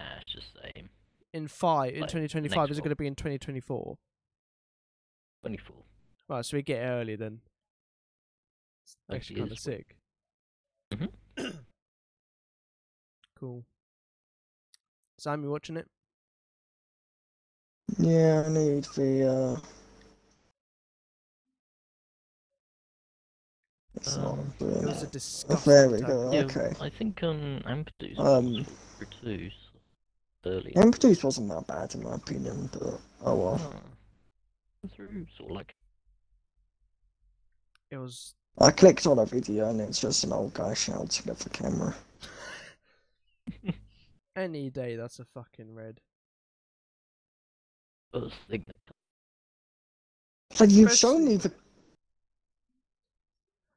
[SPEAKER 2] Nah, it's just the same.
[SPEAKER 1] in five in
[SPEAKER 2] Like,
[SPEAKER 1] 2025?
[SPEAKER 2] next
[SPEAKER 1] Is it
[SPEAKER 2] one.
[SPEAKER 1] going to be in 2024?
[SPEAKER 2] 24.
[SPEAKER 1] Right, so we get it early then. It's
[SPEAKER 2] Like,
[SPEAKER 1] actually
[SPEAKER 2] it
[SPEAKER 1] kind of
[SPEAKER 2] is what-
[SPEAKER 1] sick.
[SPEAKER 2] Mhm.
[SPEAKER 1] cool. Sam, you watching it?
[SPEAKER 3] Yeah, I need the. Uh... It's not
[SPEAKER 2] Um,
[SPEAKER 3] doing
[SPEAKER 1] It was a
[SPEAKER 3] it.
[SPEAKER 1] disgusting.
[SPEAKER 3] there we
[SPEAKER 1] attack.
[SPEAKER 3] go.
[SPEAKER 2] Yeah,
[SPEAKER 3] Okay.
[SPEAKER 2] I think um, Ampedu's
[SPEAKER 3] Um,
[SPEAKER 2] two early.
[SPEAKER 3] Ampeduce wasn't that bad in my opinion, but oh well.
[SPEAKER 2] Ah. Through sort of like
[SPEAKER 1] It was.
[SPEAKER 3] I clicked on a video and it's just an old guy shouting at the camera.
[SPEAKER 1] Any day, that's a fucking red.
[SPEAKER 2] first thing that
[SPEAKER 3] It's Like you've
[SPEAKER 1] First-
[SPEAKER 3] shown me the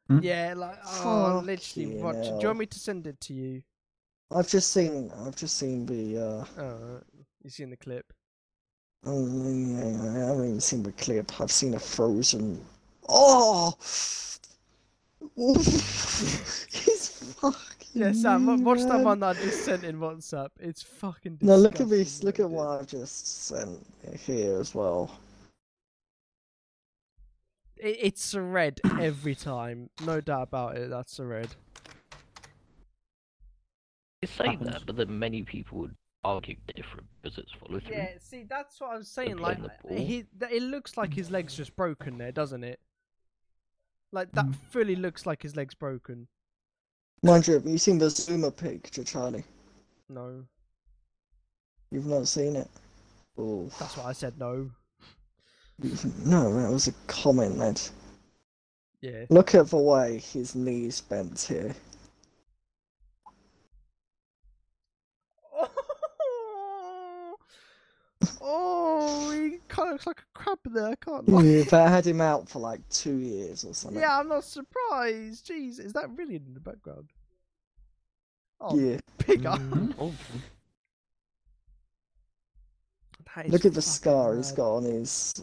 [SPEAKER 4] Hmm?
[SPEAKER 1] Yeah, like, oh, I'm literally
[SPEAKER 3] Fucking
[SPEAKER 1] watching. Do you
[SPEAKER 3] hell.
[SPEAKER 1] want me to send it to you?
[SPEAKER 3] I've just seen I've just seen the uh
[SPEAKER 1] Oh, right. you seen the clip?
[SPEAKER 3] um, yeah, I haven't even seen the clip. I've seen a frozen Oh He's fucking
[SPEAKER 1] Yeah, Sam, wa- watch that
[SPEAKER 3] mad.
[SPEAKER 1] one that I just sent in WhatsApp. It's fucking disgusting.
[SPEAKER 3] Now look at this.
[SPEAKER 1] what
[SPEAKER 3] Look
[SPEAKER 1] it
[SPEAKER 3] at
[SPEAKER 1] did.
[SPEAKER 3] what I've just sent here as well.
[SPEAKER 1] It, it's a red every time. No doubt about it, that's a red.
[SPEAKER 2] you say that,
[SPEAKER 4] Happens.
[SPEAKER 2] but then many people would argue different because it's follow through.
[SPEAKER 1] Yeah, see, that's what I'm saying. Like,
[SPEAKER 2] playing the
[SPEAKER 1] uh,
[SPEAKER 2] ball.
[SPEAKER 1] he, th- it looks like his leg's just broken there, doesn't it? Like that fully looks like his leg's broken.
[SPEAKER 3] Mind you, have you seen the Zuma picture, Charlie?
[SPEAKER 1] No,
[SPEAKER 3] You've not seen it. Oh.
[SPEAKER 1] that's why I said no.
[SPEAKER 3] You've- No, that was a comment, lad.
[SPEAKER 1] Yeah,
[SPEAKER 3] Look at the way his knees bent here.
[SPEAKER 1] Oh, he kind looks like a crab there. I can't lie.
[SPEAKER 3] We've had him out for like two years or something.
[SPEAKER 1] Yeah, I'm not surprised. Jeez, is that really in the background? Oh,
[SPEAKER 3] Yeah.
[SPEAKER 1] big up.
[SPEAKER 3] Mm.
[SPEAKER 2] Oh,
[SPEAKER 1] That is
[SPEAKER 3] Look at
[SPEAKER 1] fucking
[SPEAKER 3] the scar he's
[SPEAKER 1] mad.
[SPEAKER 3] got on his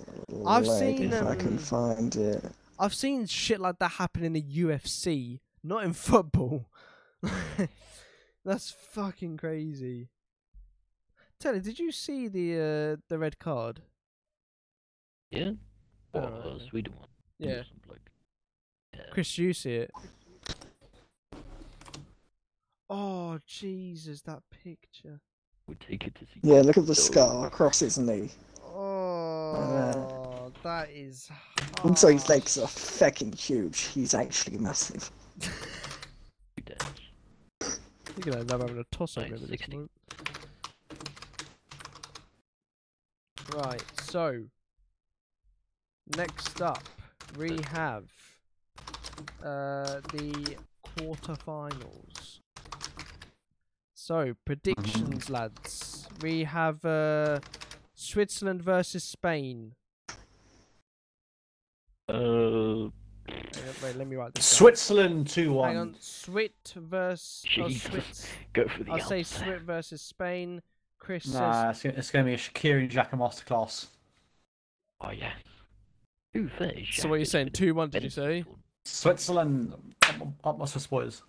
[SPEAKER 1] I've
[SPEAKER 3] leg,
[SPEAKER 1] seen,
[SPEAKER 3] if I can
[SPEAKER 1] um,
[SPEAKER 3] find it.
[SPEAKER 1] I've seen shit like that happen in the UFC, not in football. That's fucking crazy. Taylor, did you see the uh, the red card?
[SPEAKER 2] Yeah?
[SPEAKER 1] Oh,
[SPEAKER 2] What,
[SPEAKER 1] right,
[SPEAKER 2] uh,
[SPEAKER 1] okay.
[SPEAKER 2] Sweden one?
[SPEAKER 1] Yeah.
[SPEAKER 2] Like,
[SPEAKER 1] Chris, do you see it? Oh Jesus, that picture.
[SPEAKER 2] we take it to see.
[SPEAKER 3] Yeah, look at the scar across his knee.
[SPEAKER 1] Oh, that is.
[SPEAKER 3] Looks like his
[SPEAKER 1] harsh.
[SPEAKER 3] legs are fucking huge. He's actually massive.
[SPEAKER 2] you dare.
[SPEAKER 1] Look at that, I'm having a toss over
[SPEAKER 2] Right,
[SPEAKER 1] it at this
[SPEAKER 2] 60.
[SPEAKER 1] moment. Right, so next up we have uh, the quarterfinals. So predictions, lads. We have uh, Switzerland versus Spain.
[SPEAKER 2] Uh,
[SPEAKER 1] Hang on, Wait, let me write this. down.
[SPEAKER 4] Switzerland 2
[SPEAKER 1] Hang
[SPEAKER 4] 1.
[SPEAKER 1] on, Swit versus. Oh,
[SPEAKER 2] Jesus.
[SPEAKER 1] Swits.
[SPEAKER 2] go for the
[SPEAKER 1] I'll say
[SPEAKER 2] Alps.
[SPEAKER 1] Swit versus Spain. Chris says
[SPEAKER 4] Nah, it's, gonna- it's going to be a Shakiri and Xhaka masterclass.
[SPEAKER 2] Oh, yeah. Who fish?
[SPEAKER 1] So what are you saying? Two one? Did you say
[SPEAKER 4] Switzerland, up, up my Swiss boys.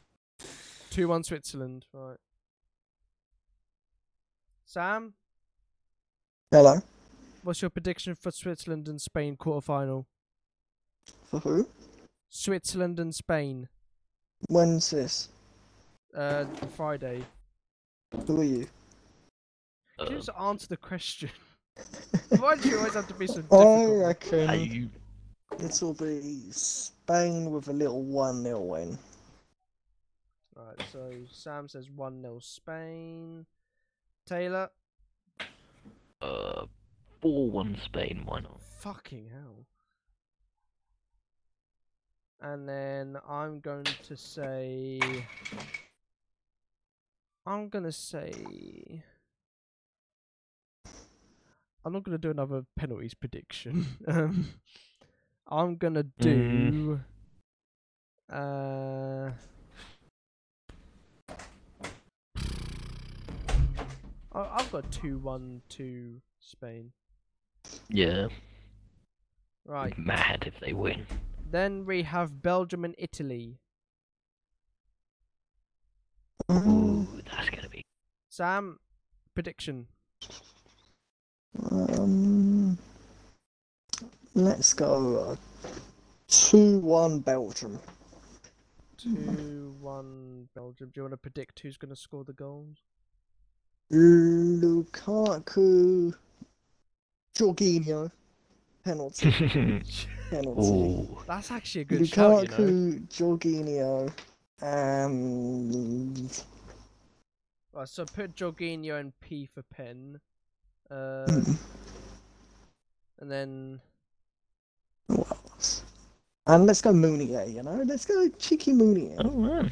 [SPEAKER 1] two one Switzerland? Right. Sam,
[SPEAKER 3] Hello?
[SPEAKER 1] what's your prediction for Switzerland and Spain quarterfinal?
[SPEAKER 3] For who?
[SPEAKER 1] Switzerland and Spain,
[SPEAKER 3] When's this?
[SPEAKER 1] uh, Friday.
[SPEAKER 3] Who are you?
[SPEAKER 1] Can you
[SPEAKER 2] Uh,
[SPEAKER 1] just answer the question? Why do you always have to be so
[SPEAKER 3] I
[SPEAKER 1] difficult?
[SPEAKER 2] are
[SPEAKER 3] reckon
[SPEAKER 2] you
[SPEAKER 3] it'll be Spain with a little 1 0 win.
[SPEAKER 1] Right. So Sam says one 0 Spain. Taylor,
[SPEAKER 2] uh, 4 1 Spain? Why not?
[SPEAKER 1] fucking hell. And then I'm going to say. I'm going to say. I'm not going to do another penalties prediction. um, I'm going to do.
[SPEAKER 2] Mm.
[SPEAKER 1] Uh, I- I've got 2 1 to Spain.
[SPEAKER 2] Yeah.
[SPEAKER 1] Right.
[SPEAKER 2] Mad if they win.
[SPEAKER 1] Then we have Belgium and Italy.
[SPEAKER 3] Mm,
[SPEAKER 2] Ooh, that's gonna be.
[SPEAKER 1] Sam, prediction.
[SPEAKER 3] Um, let's go 2 1 Belgium.
[SPEAKER 1] 2 1 Belgium. Do you want to predict who's going to score the goals?
[SPEAKER 3] Lukaku, Jorginho, penalty, penalty.
[SPEAKER 2] Ooh.
[SPEAKER 1] That's actually a Oh. good
[SPEAKER 3] Lukaku,
[SPEAKER 1] shout, you know.
[SPEAKER 3] Jorginho, and
[SPEAKER 1] Right, so put Jorginho and P for pen. Uh, and then.
[SPEAKER 3] what else? And let's go Mounier, you know? Let's go cheeky Mounier.
[SPEAKER 2] Oh man.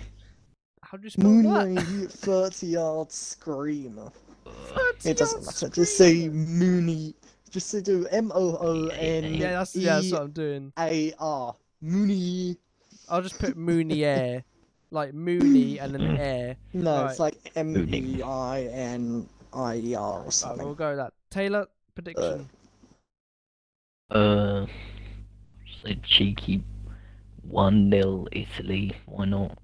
[SPEAKER 1] How do you spell
[SPEAKER 3] Mounier,
[SPEAKER 1] that?
[SPEAKER 3] you 30 yard screamer. It
[SPEAKER 2] Uh,
[SPEAKER 1] Thirty-yard
[SPEAKER 3] doesn't matter, just
[SPEAKER 1] screamer.
[SPEAKER 3] say Mooney. Just to do M O O
[SPEAKER 1] Yeah,
[SPEAKER 3] N
[SPEAKER 1] that's,
[SPEAKER 3] E
[SPEAKER 1] yeah, that's what I'm doing.
[SPEAKER 3] A R. Mooney.
[SPEAKER 1] I'll just put Moonier. like Mooney and then air.
[SPEAKER 3] No, it's like M
[SPEAKER 2] Mooney.
[SPEAKER 3] E I N I E R or
[SPEAKER 1] Right,
[SPEAKER 3] something.
[SPEAKER 1] we'll go with that. Taylor, prediction.
[SPEAKER 2] Uh, say cheeky. One 0 Italy. Why not?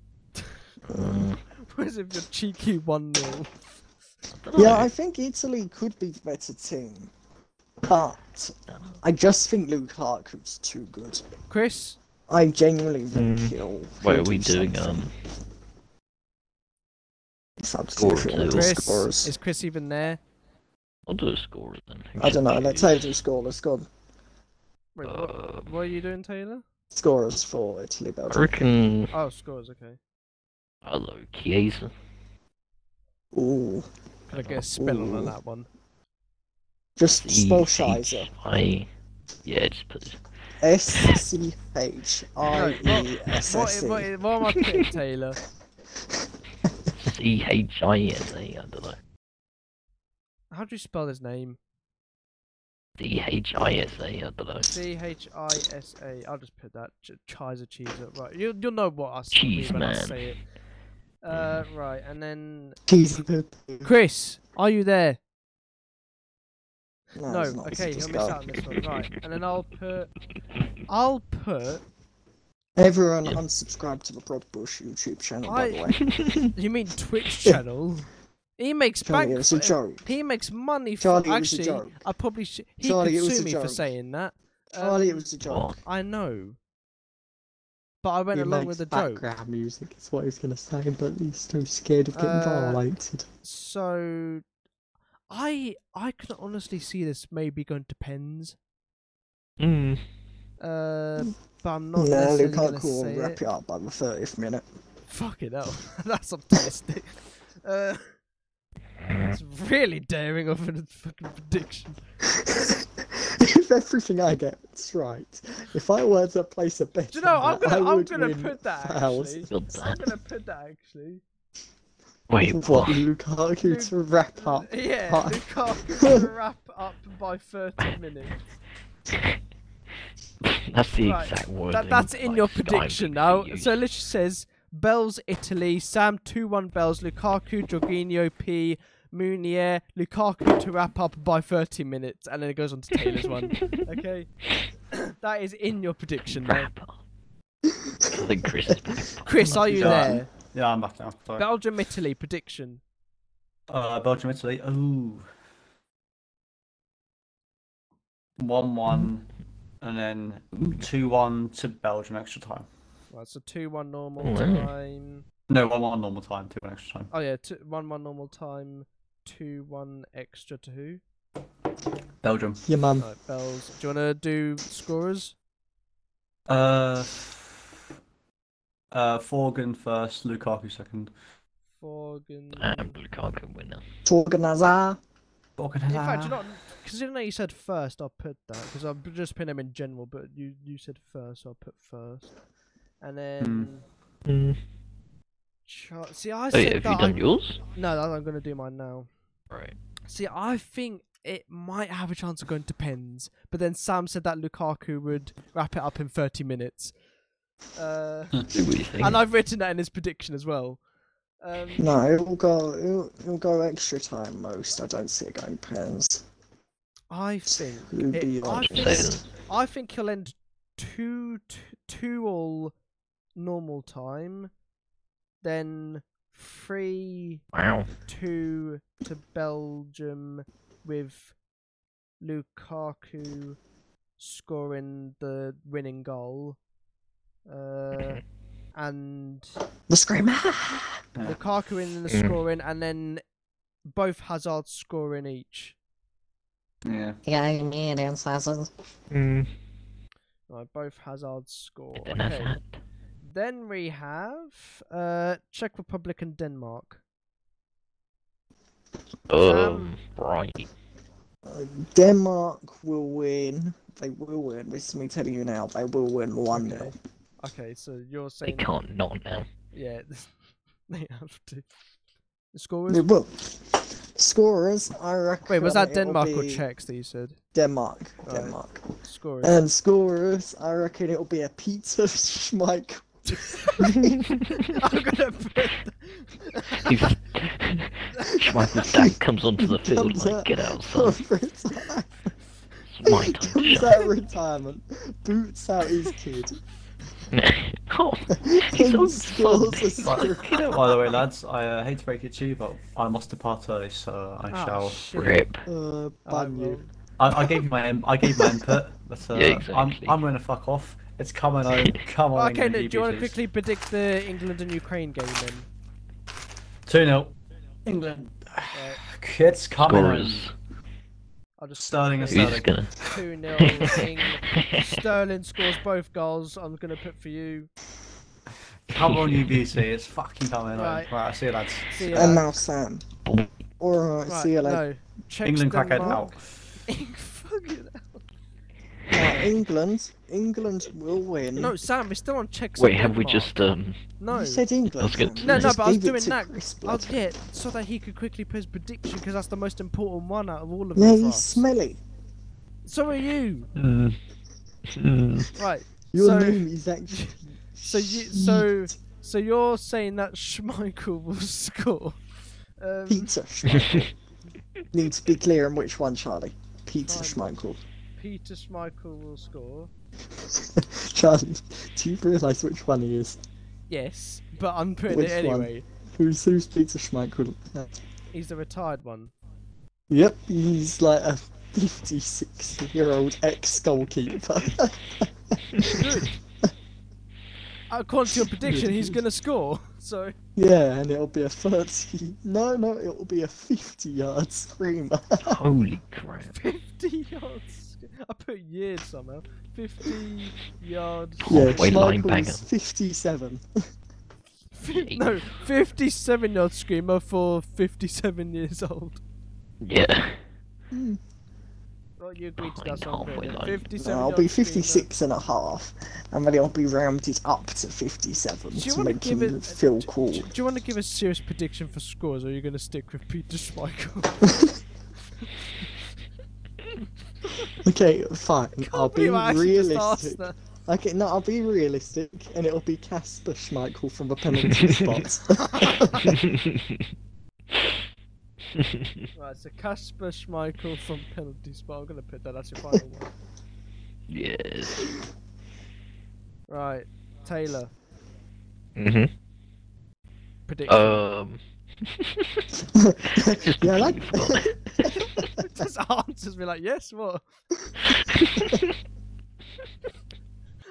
[SPEAKER 2] Uh,
[SPEAKER 1] Where's if you're cheeky 1 0?
[SPEAKER 2] dunno.
[SPEAKER 3] Yeah, I think Italy could be the better team. But I just think Lukaku's too good.
[SPEAKER 1] Chris?
[SPEAKER 3] I genuinely think
[SPEAKER 2] Mm.
[SPEAKER 3] he'll.
[SPEAKER 2] Wait,
[SPEAKER 3] he'll
[SPEAKER 2] are we
[SPEAKER 3] do
[SPEAKER 2] doing
[SPEAKER 3] something.
[SPEAKER 2] um?
[SPEAKER 3] Substitution
[SPEAKER 2] or two?
[SPEAKER 3] into
[SPEAKER 2] Chris
[SPEAKER 1] Chris?
[SPEAKER 3] scorers.
[SPEAKER 1] Is Chris even there?
[SPEAKER 2] I'll do a score then. Who
[SPEAKER 3] I don't know.
[SPEAKER 2] should
[SPEAKER 3] Let's
[SPEAKER 2] we
[SPEAKER 3] say do scoreless. Gone.
[SPEAKER 1] Wait,
[SPEAKER 2] use?
[SPEAKER 3] Uh,
[SPEAKER 1] what,
[SPEAKER 2] Um,
[SPEAKER 1] what are you doing, Taylor?
[SPEAKER 3] Scorers for Italy,
[SPEAKER 2] I
[SPEAKER 3] Belgium.
[SPEAKER 2] reckon.
[SPEAKER 1] Oh, scores, okay.
[SPEAKER 2] Hello, Chiesa.
[SPEAKER 3] Ooh,
[SPEAKER 1] Could I get a spell on, on
[SPEAKER 3] Ooh.
[SPEAKER 1] that one?
[SPEAKER 3] just spell Shizer.
[SPEAKER 2] I. Yeah, just put.
[SPEAKER 3] S C H I E S
[SPEAKER 1] What,
[SPEAKER 3] S
[SPEAKER 1] i- what,
[SPEAKER 3] E.
[SPEAKER 1] i- what am I putting, Taylor?
[SPEAKER 2] C H I S A. I don't know.
[SPEAKER 1] How do you spell his name?
[SPEAKER 2] D H I S A. I don't know.
[SPEAKER 1] C H I S A. I'll just put that. Ch- Chizer Cheeser. Right. You, you'll know what I say
[SPEAKER 2] Cheese
[SPEAKER 1] when I
[SPEAKER 2] man.
[SPEAKER 1] say it. Uh, right. And then.
[SPEAKER 3] Cheese.
[SPEAKER 1] Chris, are you there?
[SPEAKER 3] No,
[SPEAKER 1] No,
[SPEAKER 3] it's not
[SPEAKER 1] okay,
[SPEAKER 3] this
[SPEAKER 1] he'll miss out
[SPEAKER 3] guy.
[SPEAKER 1] on this one. Right, and then I'll put. I'll put.
[SPEAKER 3] Everyone unsubscribe to the Broad Bush YouTube channel, by
[SPEAKER 1] I-
[SPEAKER 3] the way.
[SPEAKER 1] You mean Twitch channel? He makes back.
[SPEAKER 3] Charlie, it was a joke.
[SPEAKER 1] He makes money for.
[SPEAKER 3] Charlie, it was a
[SPEAKER 1] Actually,
[SPEAKER 3] joke.
[SPEAKER 1] I probably sh- he
[SPEAKER 3] Charlie, it
[SPEAKER 1] could
[SPEAKER 3] was
[SPEAKER 1] sue
[SPEAKER 3] a
[SPEAKER 1] me for
[SPEAKER 3] joke.
[SPEAKER 1] saying that. Um,
[SPEAKER 3] Charlie, it was a joke.
[SPEAKER 2] What?
[SPEAKER 1] I know. But I went
[SPEAKER 3] He
[SPEAKER 1] along
[SPEAKER 3] makes
[SPEAKER 1] with the joke.
[SPEAKER 3] background music is what he's gonna say, but he's too scared of getting
[SPEAKER 1] Uh,
[SPEAKER 3] violated.
[SPEAKER 1] So, I I can honestly see this maybe going to pens.
[SPEAKER 2] Mm.
[SPEAKER 1] Uh, but I'm not.
[SPEAKER 3] No,
[SPEAKER 1] necessarily
[SPEAKER 3] Lukaku
[SPEAKER 1] gonna
[SPEAKER 3] will
[SPEAKER 1] say
[SPEAKER 3] wrap
[SPEAKER 1] it.
[SPEAKER 3] it up by the 30th minute.
[SPEAKER 1] Fucking hell, that's optimistic. Uh, it's really daring of a fucking prediction.
[SPEAKER 3] if everything I get is right, if I were to place a bet,
[SPEAKER 1] Do you know?
[SPEAKER 3] on
[SPEAKER 1] I'm
[SPEAKER 3] that,
[SPEAKER 1] gonna,
[SPEAKER 3] I
[SPEAKER 1] I'm
[SPEAKER 3] would
[SPEAKER 1] gonna
[SPEAKER 3] win
[SPEAKER 1] put that actually.
[SPEAKER 3] thousands.
[SPEAKER 2] Got
[SPEAKER 1] I'm
[SPEAKER 2] that.
[SPEAKER 1] gonna put that actually.
[SPEAKER 2] Wait,
[SPEAKER 3] What,
[SPEAKER 2] what?
[SPEAKER 3] Lukaku to wrap up?
[SPEAKER 1] Yeah,
[SPEAKER 3] Hi.
[SPEAKER 1] Lukaku to wrap up by 30 minutes.
[SPEAKER 2] That's the
[SPEAKER 1] Right,
[SPEAKER 2] exact word.
[SPEAKER 1] That, that's in your prediction now. So literally says Bells Italy, Sam 2 1 Bells, Lukaku, Jorginho P, Munier, Lukaku to wrap up by 30 minutes, and then it goes on to Taylor's one. Okay? that is in your prediction now.
[SPEAKER 2] Rapper. I think Chris is back.
[SPEAKER 1] Chris, are you
[SPEAKER 4] Yeah.
[SPEAKER 1] there?
[SPEAKER 4] Yeah, I'm back now. Sorry.
[SPEAKER 1] Belgium Italy prediction.
[SPEAKER 4] uh, Belgium, Italy. Ooh. 1 1, and then 2 1 to Belgium extra time.
[SPEAKER 1] Right, so 2 1 normal
[SPEAKER 2] Oh, wow.
[SPEAKER 1] time.
[SPEAKER 4] No, 1 1 normal time, 2 1 extra time.
[SPEAKER 1] Oh, yeah, two, 1 1 normal time, 2 1 extra to who?
[SPEAKER 4] Belgium.
[SPEAKER 3] Your mum.
[SPEAKER 1] Right, Bells. Do you want to do scorers?
[SPEAKER 4] Uh, uh, Forgan first, Lukaku second.
[SPEAKER 1] Forgan.
[SPEAKER 2] Um, Lukaku winner.
[SPEAKER 3] Talking as I.
[SPEAKER 4] Forgan,
[SPEAKER 1] In fact,
[SPEAKER 4] ah.
[SPEAKER 1] you're not. Considering that you said first, I'll put that because I'll just put him in general. But you you said first, so I'll put first, and then. Char- See, I
[SPEAKER 2] Oh,
[SPEAKER 1] said
[SPEAKER 2] yeah, Hmm. have
[SPEAKER 1] that.
[SPEAKER 2] you
[SPEAKER 1] I-
[SPEAKER 2] done yours?
[SPEAKER 1] No, no, I'm gonna do mine now.
[SPEAKER 2] Right.
[SPEAKER 1] See, I think it might have a chance of going to pens, but then Sam said that Lukaku would wrap it up in 30 minutes. Uh,
[SPEAKER 2] Do what you think.
[SPEAKER 1] and I've written that in his prediction as well. Um,
[SPEAKER 3] No, it'll go. It'll, it'll go extra time most. I don't see it going pens.
[SPEAKER 1] I think
[SPEAKER 3] It'll
[SPEAKER 1] It-
[SPEAKER 3] be
[SPEAKER 1] I
[SPEAKER 3] like
[SPEAKER 1] think-
[SPEAKER 3] this.
[SPEAKER 2] So,
[SPEAKER 1] I think he'll end two t- two all normal time, then three
[SPEAKER 2] wow.
[SPEAKER 1] two to Belgium with Lukaku scoring the winning goal. Uh, and
[SPEAKER 3] The screamer.
[SPEAKER 4] Yeah.
[SPEAKER 1] Lukaku in the
[SPEAKER 2] Mm.
[SPEAKER 1] scoring, and then both Hazard scoring each.
[SPEAKER 4] Yeah.
[SPEAKER 3] Yeah, me and assassins.
[SPEAKER 1] Hmm.
[SPEAKER 2] Mm.
[SPEAKER 1] Right, both Hazard score.
[SPEAKER 2] Then that's
[SPEAKER 1] Okay.
[SPEAKER 2] that.
[SPEAKER 1] Then we have uh, Czech Republic and Denmark.
[SPEAKER 2] Um, right.
[SPEAKER 3] Denmark will win. They will win. This is me telling you now. They will win one 0
[SPEAKER 1] Okay. Okay, so you're
[SPEAKER 2] They
[SPEAKER 1] saying
[SPEAKER 2] can't not now.
[SPEAKER 1] yeah, they have to. The scorers.
[SPEAKER 3] They will. Scorers, I reckon.
[SPEAKER 1] Wait, was that
[SPEAKER 3] it'll
[SPEAKER 1] Denmark or
[SPEAKER 3] be
[SPEAKER 1] Czechs that you said?
[SPEAKER 3] Denmark.
[SPEAKER 1] Right.
[SPEAKER 3] Denmark.
[SPEAKER 1] Scorers.
[SPEAKER 3] And scorers, I reckon it'll be a pizza Schmeichel.
[SPEAKER 1] I'm gonna put.
[SPEAKER 2] He's... Schmeichel Stack comes onto the field
[SPEAKER 3] Comes
[SPEAKER 2] like,
[SPEAKER 3] out
[SPEAKER 2] get out, son.
[SPEAKER 3] of retirement.
[SPEAKER 2] It's my time to
[SPEAKER 3] Comes
[SPEAKER 2] shine.
[SPEAKER 3] out of retirement, boots out his kid,
[SPEAKER 2] oh, he's so
[SPEAKER 3] and scores a
[SPEAKER 2] salty.
[SPEAKER 3] score.
[SPEAKER 4] By the way, lads, I uh, hate to break it to you, but I must depart early, so I
[SPEAKER 1] Ah,
[SPEAKER 4] shall.
[SPEAKER 1] shit.
[SPEAKER 2] Rip.
[SPEAKER 3] Uh,
[SPEAKER 1] Ah,
[SPEAKER 3] ban
[SPEAKER 1] well,
[SPEAKER 3] you.
[SPEAKER 4] I, I gave you my in- I gave my input, but uh,
[SPEAKER 2] Yeah,
[SPEAKER 4] I'm
[SPEAKER 2] exactly.
[SPEAKER 4] I'm gonna fuck off. It's coming home. Come on.
[SPEAKER 1] okay,
[SPEAKER 4] England,
[SPEAKER 1] Nick, do you want to
[SPEAKER 4] beauties.
[SPEAKER 1] quickly predict the England and Ukraine game then?
[SPEAKER 4] Two 0 England.
[SPEAKER 1] Right,
[SPEAKER 4] It's coming home.
[SPEAKER 1] um,
[SPEAKER 2] Scorers.
[SPEAKER 1] Uh, I'll just
[SPEAKER 4] Sterling and
[SPEAKER 2] Who's
[SPEAKER 4] Sterling.
[SPEAKER 2] gonna?
[SPEAKER 1] two 0 Ing. Sterling scores both goals. I'm gonna put for you.
[SPEAKER 4] Come on, you beauty. It's fucking coming
[SPEAKER 1] Right.
[SPEAKER 4] home. Right, I see you, lads.
[SPEAKER 1] See ya.
[SPEAKER 3] And now Sam.
[SPEAKER 2] Boom.
[SPEAKER 3] Alright,
[SPEAKER 1] Right,
[SPEAKER 3] see you later.
[SPEAKER 1] no. Czechs,
[SPEAKER 4] England crack head
[SPEAKER 1] Denmark.
[SPEAKER 4] out.
[SPEAKER 1] Ing- fucking hell.
[SPEAKER 3] Right, England. England will win.
[SPEAKER 1] No, Sam, we're still on Czechs. and
[SPEAKER 2] Wait, have we
[SPEAKER 1] Denmark.
[SPEAKER 2] just um?
[SPEAKER 1] No.
[SPEAKER 3] You said England.
[SPEAKER 2] That's good.
[SPEAKER 3] Sam.
[SPEAKER 1] No,
[SPEAKER 3] You
[SPEAKER 1] no,
[SPEAKER 3] just
[SPEAKER 1] but I was
[SPEAKER 3] gave it
[SPEAKER 1] doing
[SPEAKER 3] to
[SPEAKER 1] that.
[SPEAKER 3] Chris
[SPEAKER 1] Oh,
[SPEAKER 3] Blood.
[SPEAKER 1] yeah, so that he could quickly put his prediction because that's the most important one out of all of
[SPEAKER 3] Yeah,
[SPEAKER 1] them. for
[SPEAKER 3] you
[SPEAKER 1] us.
[SPEAKER 3] smelly.
[SPEAKER 1] So are you.
[SPEAKER 2] Mm. Mm.
[SPEAKER 1] Right.
[SPEAKER 3] Your
[SPEAKER 1] so,
[SPEAKER 3] name is actually.
[SPEAKER 1] so you so so you're saying that Schmeichel will score. Um,
[SPEAKER 3] Peter Schmeichel. Need to be clear on which one, Charlie. Peter Schmeichel.
[SPEAKER 1] Peter Schmeichel will score.
[SPEAKER 3] Charlie, do you realise which one he is?
[SPEAKER 1] Yes, but I'm putting
[SPEAKER 3] Which
[SPEAKER 1] it
[SPEAKER 3] one?
[SPEAKER 1] anyway.
[SPEAKER 3] Who's, who's Peter Schmeichel?
[SPEAKER 1] He's the retired one.
[SPEAKER 3] Yep, he's like a 56 year old ex goalkeeper.
[SPEAKER 1] Good. According to your prediction, he's gonna score. So
[SPEAKER 3] yeah, and it'll be a 30. No, no, it'll be a 50 yard screamer.
[SPEAKER 2] Holy crap.
[SPEAKER 1] 50 yards. I put years somehow. 50 yards.
[SPEAKER 3] yeah,
[SPEAKER 2] Wait,
[SPEAKER 3] Schmeichel's
[SPEAKER 2] linebacker.
[SPEAKER 3] 57.
[SPEAKER 1] Fi- no, 57 yard screamer for 57 years old.
[SPEAKER 2] Yeah.
[SPEAKER 1] Well, you agreed to
[SPEAKER 2] Behind
[SPEAKER 1] that song.
[SPEAKER 2] halfway
[SPEAKER 1] Brandon.
[SPEAKER 2] line.
[SPEAKER 1] 57
[SPEAKER 3] I'll
[SPEAKER 1] yard
[SPEAKER 3] be
[SPEAKER 1] screamer.
[SPEAKER 3] 56 and a half, and then it'll be rounded up to 57
[SPEAKER 1] Do you
[SPEAKER 3] to
[SPEAKER 1] want to
[SPEAKER 3] make
[SPEAKER 1] give
[SPEAKER 3] him
[SPEAKER 1] it?
[SPEAKER 3] feel
[SPEAKER 1] do-
[SPEAKER 3] cool.
[SPEAKER 1] Do, do you want to give a serious prediction for scores, or are you going to stick with Peter Schmeichel?
[SPEAKER 3] okay, fine. I'll
[SPEAKER 1] Can't
[SPEAKER 3] be
[SPEAKER 1] believe I actually just asked
[SPEAKER 3] realistic.
[SPEAKER 1] that.
[SPEAKER 3] Okay, no, I'll be realistic, and it'll be Casper Schmeichel from the penalty spot.
[SPEAKER 1] Right, so Casper Schmeichel from penalty spot. I'm going to put that as your final one.
[SPEAKER 2] yes.
[SPEAKER 1] Right, Taylor
[SPEAKER 2] hmm
[SPEAKER 1] Mm-hmm. prediction.
[SPEAKER 2] Um. Just
[SPEAKER 3] yeah, I like.
[SPEAKER 2] spot.
[SPEAKER 1] just answers me like, yes, what?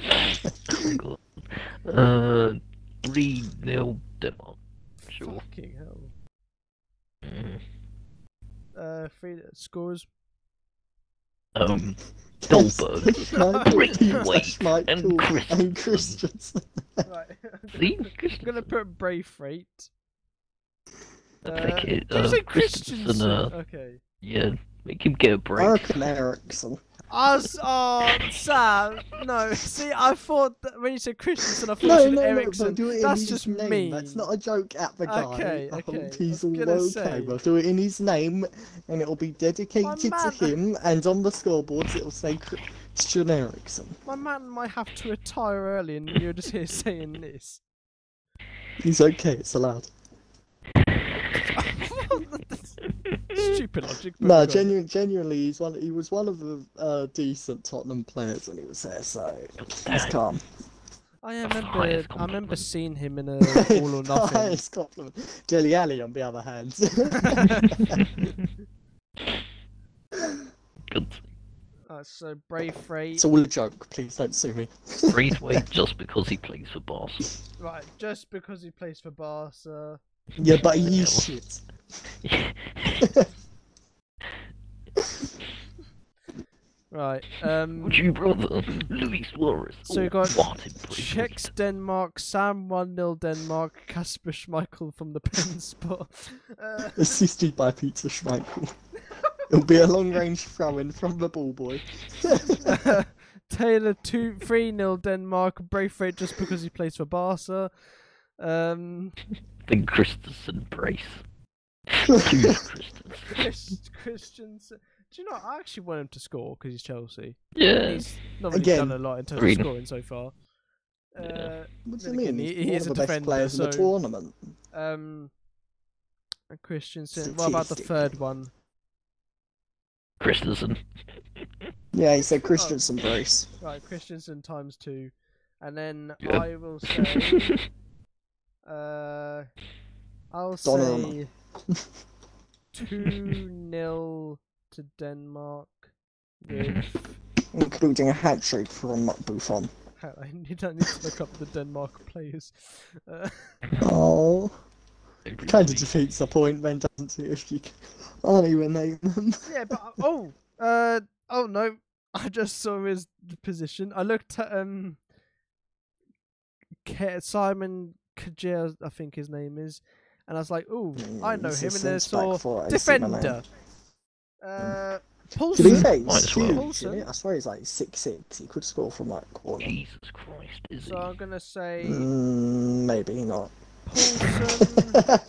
[SPEAKER 2] Oh, God. Uh, three nil Denmark. Sure.
[SPEAKER 1] Fucking hell.
[SPEAKER 2] Mm.
[SPEAKER 1] Uh, three scores.
[SPEAKER 2] Um,
[SPEAKER 3] Casper
[SPEAKER 2] Dolberg,
[SPEAKER 3] Schmeichel,
[SPEAKER 2] Great
[SPEAKER 3] Peter
[SPEAKER 2] White, and
[SPEAKER 3] Schmeichel, and
[SPEAKER 2] Christensen.
[SPEAKER 3] Christensen.
[SPEAKER 1] right,
[SPEAKER 2] Lee
[SPEAKER 1] I'm going to put Braithwaite.
[SPEAKER 2] Make it,
[SPEAKER 1] did you
[SPEAKER 2] uh,
[SPEAKER 1] say
[SPEAKER 2] Christensen,
[SPEAKER 1] Christensen?
[SPEAKER 2] uh,
[SPEAKER 1] Okay.
[SPEAKER 2] yeah, make him get a break.
[SPEAKER 3] Eric Ericsson.
[SPEAKER 1] Us, oh, Sam. No, see, I thought that when you said Christensen, I thought
[SPEAKER 3] No,
[SPEAKER 1] you said
[SPEAKER 3] no, no,
[SPEAKER 1] Ericsson.
[SPEAKER 3] but do it in
[SPEAKER 1] That's
[SPEAKER 3] his
[SPEAKER 1] just
[SPEAKER 3] name.
[SPEAKER 1] mean.
[SPEAKER 3] That's not a joke at the guy.
[SPEAKER 1] Okay,
[SPEAKER 3] I
[SPEAKER 1] okay,
[SPEAKER 3] hope
[SPEAKER 1] I was
[SPEAKER 3] he's all
[SPEAKER 1] gonna
[SPEAKER 3] okay.
[SPEAKER 1] say.
[SPEAKER 3] We'll do it in his name, and it'll be dedicated
[SPEAKER 1] man-
[SPEAKER 3] to him. And on the scoreboards, it'll say Christian Eriksen.
[SPEAKER 1] My man might have to retire early, and you're just here saying this.
[SPEAKER 3] He's okay. It's allowed.
[SPEAKER 1] Stupid logic. but
[SPEAKER 3] No,
[SPEAKER 1] good.
[SPEAKER 3] genuine, genuinely, he's one. He was one of the uh, decent Tottenham players when he was there, so he's calm.
[SPEAKER 1] I
[SPEAKER 2] That's the
[SPEAKER 1] remember.
[SPEAKER 2] highest
[SPEAKER 1] I remember
[SPEAKER 2] compliment.
[SPEAKER 1] seeing him in a
[SPEAKER 3] It's
[SPEAKER 1] All or
[SPEAKER 3] the
[SPEAKER 1] Nothing.
[SPEAKER 3] highest compliment. Deli Alley, on the other hand.
[SPEAKER 2] Good.
[SPEAKER 1] Uh, so Braithwaite,
[SPEAKER 3] it's all a joke. Please don't sue me.
[SPEAKER 2] Braithwaite just because he plays for Barca.
[SPEAKER 1] right? Just because he plays for Barca,
[SPEAKER 3] Yeah, but
[SPEAKER 2] Yeah,
[SPEAKER 3] you
[SPEAKER 2] well-
[SPEAKER 3] shit.
[SPEAKER 1] right? Um,
[SPEAKER 2] Would you rather Luis Suarez
[SPEAKER 1] So
[SPEAKER 2] or
[SPEAKER 1] you got
[SPEAKER 2] Martin Braithwaite?
[SPEAKER 1] Czechs Denmark, Sam one 0 Denmark, Kasper Schmeichel from the pen spot. Uh,
[SPEAKER 3] assisted by Peter Schmeichel. It'll be a long range throw in from the ball boy.
[SPEAKER 2] Uh.
[SPEAKER 1] Taylor two three 0 Denmark, Braithwaite just because he plays for Barca. Um,
[SPEAKER 2] Then Christensen brace. Choose Christensen.
[SPEAKER 1] Chris, Christians. Do you know? what? I actually want him to score because he's Chelsea.
[SPEAKER 2] Yeah.
[SPEAKER 1] He's not really
[SPEAKER 3] Again.
[SPEAKER 1] done a lot in terms
[SPEAKER 2] Agreed.
[SPEAKER 1] of scoring so far. Uh,
[SPEAKER 2] Yeah.
[SPEAKER 3] what do you
[SPEAKER 1] Then again,
[SPEAKER 3] mean?
[SPEAKER 1] he-
[SPEAKER 3] He's
[SPEAKER 1] he is
[SPEAKER 3] one of
[SPEAKER 1] a
[SPEAKER 3] the best
[SPEAKER 1] defender,
[SPEAKER 3] players in the
[SPEAKER 1] so-
[SPEAKER 3] tournament.
[SPEAKER 1] Um, and Christensen. What about the
[SPEAKER 3] Statistic.
[SPEAKER 1] third one?
[SPEAKER 2] Christensen.
[SPEAKER 3] Yeah, he said Christensen
[SPEAKER 1] Oh.
[SPEAKER 3] brace.
[SPEAKER 1] Right, Christensen times two, and then
[SPEAKER 2] Yeah.
[SPEAKER 1] I will say, uh, I'll say
[SPEAKER 3] Donnarumma.
[SPEAKER 1] two 0 to Denmark. With
[SPEAKER 3] Including a hat trick from Buffon.
[SPEAKER 1] I need, I need to look up the Denmark players. Uh,
[SPEAKER 3] Oh, kind of
[SPEAKER 2] Everybody.
[SPEAKER 3] defeats the point then, doesn't it? If you can't even name them.
[SPEAKER 1] yeah, but I- oh, uh, oh no, I just saw his position. I looked at um, Ke- Simon Kajel, I think his name is, and I was like, oh, I know
[SPEAKER 3] He's
[SPEAKER 1] him,
[SPEAKER 3] a
[SPEAKER 1] and then I
[SPEAKER 3] centre-back
[SPEAKER 1] saw
[SPEAKER 3] for AC Milan.
[SPEAKER 1] defender. Uh,
[SPEAKER 3] To be
[SPEAKER 1] Paulson.
[SPEAKER 3] fair,
[SPEAKER 2] Might
[SPEAKER 3] he's
[SPEAKER 2] as well.
[SPEAKER 3] huge,
[SPEAKER 1] Paulson.
[SPEAKER 3] isn't he? I swear he's like six six. He could score from like corner.
[SPEAKER 2] Jesus Christ, is
[SPEAKER 1] So I'm gonna say
[SPEAKER 3] Mm, maybe not.
[SPEAKER 1] Paulson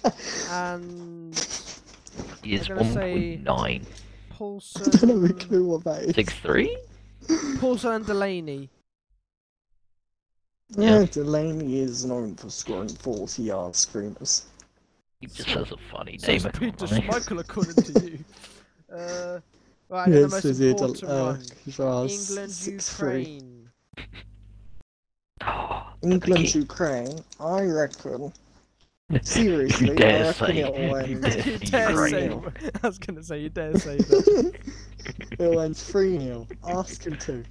[SPEAKER 1] and
[SPEAKER 2] he? He is
[SPEAKER 1] I'm gonna say-
[SPEAKER 2] 1.9.
[SPEAKER 3] I
[SPEAKER 1] Paulson.
[SPEAKER 3] don't have a clue what that is.
[SPEAKER 2] Six three?
[SPEAKER 1] Paulson and Delaney.
[SPEAKER 3] Yeah,
[SPEAKER 2] Yeah.
[SPEAKER 3] Delaney is known for scoring 40 yard screamers.
[SPEAKER 2] He just has a funny
[SPEAKER 1] So
[SPEAKER 2] name.
[SPEAKER 1] it's Peter
[SPEAKER 2] everyone, right?
[SPEAKER 1] Schmeichel, according to you. Uh, right, and the most
[SPEAKER 3] uh,
[SPEAKER 1] important one. England, Ukraine.
[SPEAKER 2] Oh, the
[SPEAKER 3] England,
[SPEAKER 2] key.
[SPEAKER 3] Ukraine. I reckon. Seriously,
[SPEAKER 2] You dare
[SPEAKER 3] I reckon
[SPEAKER 2] say.
[SPEAKER 3] it'll end.
[SPEAKER 2] You dare
[SPEAKER 1] you dare
[SPEAKER 2] Ukraine.
[SPEAKER 1] say? I was gonna say you dare say that.
[SPEAKER 3] it'll end 3 0. Ask him to.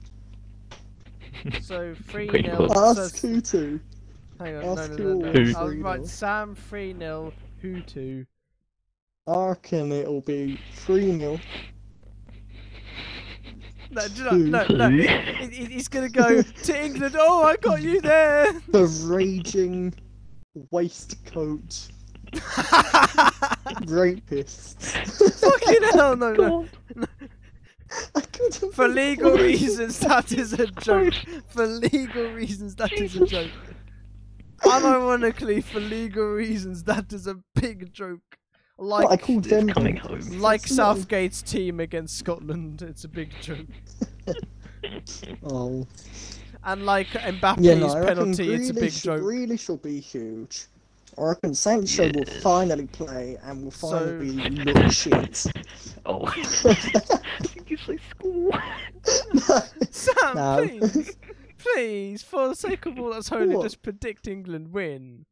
[SPEAKER 1] So three
[SPEAKER 2] Great
[SPEAKER 1] nil.
[SPEAKER 2] book.
[SPEAKER 3] Ask
[SPEAKER 1] So,
[SPEAKER 3] who to.
[SPEAKER 1] hang on, no,
[SPEAKER 3] ask
[SPEAKER 1] no, no,
[SPEAKER 2] who-
[SPEAKER 1] no. I'll
[SPEAKER 3] Who?
[SPEAKER 1] write Sam three nil. Who two?
[SPEAKER 3] I reckon it'll be 3 0.
[SPEAKER 1] No, do you know, no, no. It, it, it's gonna go to England. Oh, I got you there.
[SPEAKER 3] The raging waistcoat
[SPEAKER 1] Fucking
[SPEAKER 3] rapists.
[SPEAKER 1] hell, no, no.
[SPEAKER 3] I couldn't
[SPEAKER 1] For
[SPEAKER 3] think
[SPEAKER 1] legal
[SPEAKER 3] of it.
[SPEAKER 1] reasons, that is a joke. For legal reasons, that is a joke. Unironically, for legal reasons, that is a big joke. Like
[SPEAKER 3] What, I called
[SPEAKER 2] It's
[SPEAKER 3] them
[SPEAKER 2] coming
[SPEAKER 3] both.
[SPEAKER 2] home.
[SPEAKER 1] like
[SPEAKER 3] It's not-
[SPEAKER 1] Southgate's team against Scotland, it's a big joke.
[SPEAKER 3] Oh.
[SPEAKER 1] And like Mbappe's
[SPEAKER 3] Yeah, no, I reckon
[SPEAKER 1] penalty, it's a big
[SPEAKER 3] Grealish-
[SPEAKER 1] joke.
[SPEAKER 3] Grealish will be huge. I reckon Sancho will
[SPEAKER 2] Yes.
[SPEAKER 3] finally play and will
[SPEAKER 1] So-
[SPEAKER 3] finally look shit.
[SPEAKER 2] Oh, I think it's like school.
[SPEAKER 1] Sam,
[SPEAKER 3] No.
[SPEAKER 1] please, please, for the sake of all that's holy,
[SPEAKER 3] What?
[SPEAKER 1] just predict England win.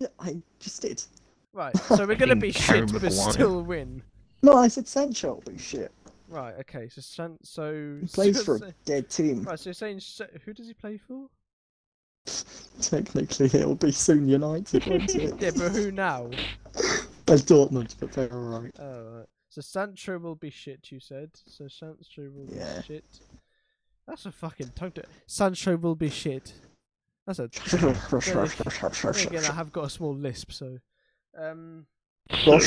[SPEAKER 3] Yeah, I just did.
[SPEAKER 1] Right, so we're gonna
[SPEAKER 2] Fucking
[SPEAKER 1] be shit,
[SPEAKER 2] Karen
[SPEAKER 1] but
[SPEAKER 2] Maguire.
[SPEAKER 1] still win.
[SPEAKER 3] No, I said Sancho will be shit.
[SPEAKER 1] Right, okay, so San- so
[SPEAKER 3] He plays
[SPEAKER 1] so-
[SPEAKER 3] for a
[SPEAKER 1] so-
[SPEAKER 3] dead team.
[SPEAKER 1] Right, so you're saying so, who does he play for?
[SPEAKER 3] Technically, it'll be soon United, won't it?
[SPEAKER 1] Yeah, but who now?
[SPEAKER 3] They're Dortmund, but they're alright.
[SPEAKER 1] Oh, right. So Sancho will be shit, you said. So Sancho will
[SPEAKER 3] Yeah.
[SPEAKER 1] be shit. That's a fucking tongue twister. Sancho will be shit. That's a. Then again, I have got a small lisp, so. Um.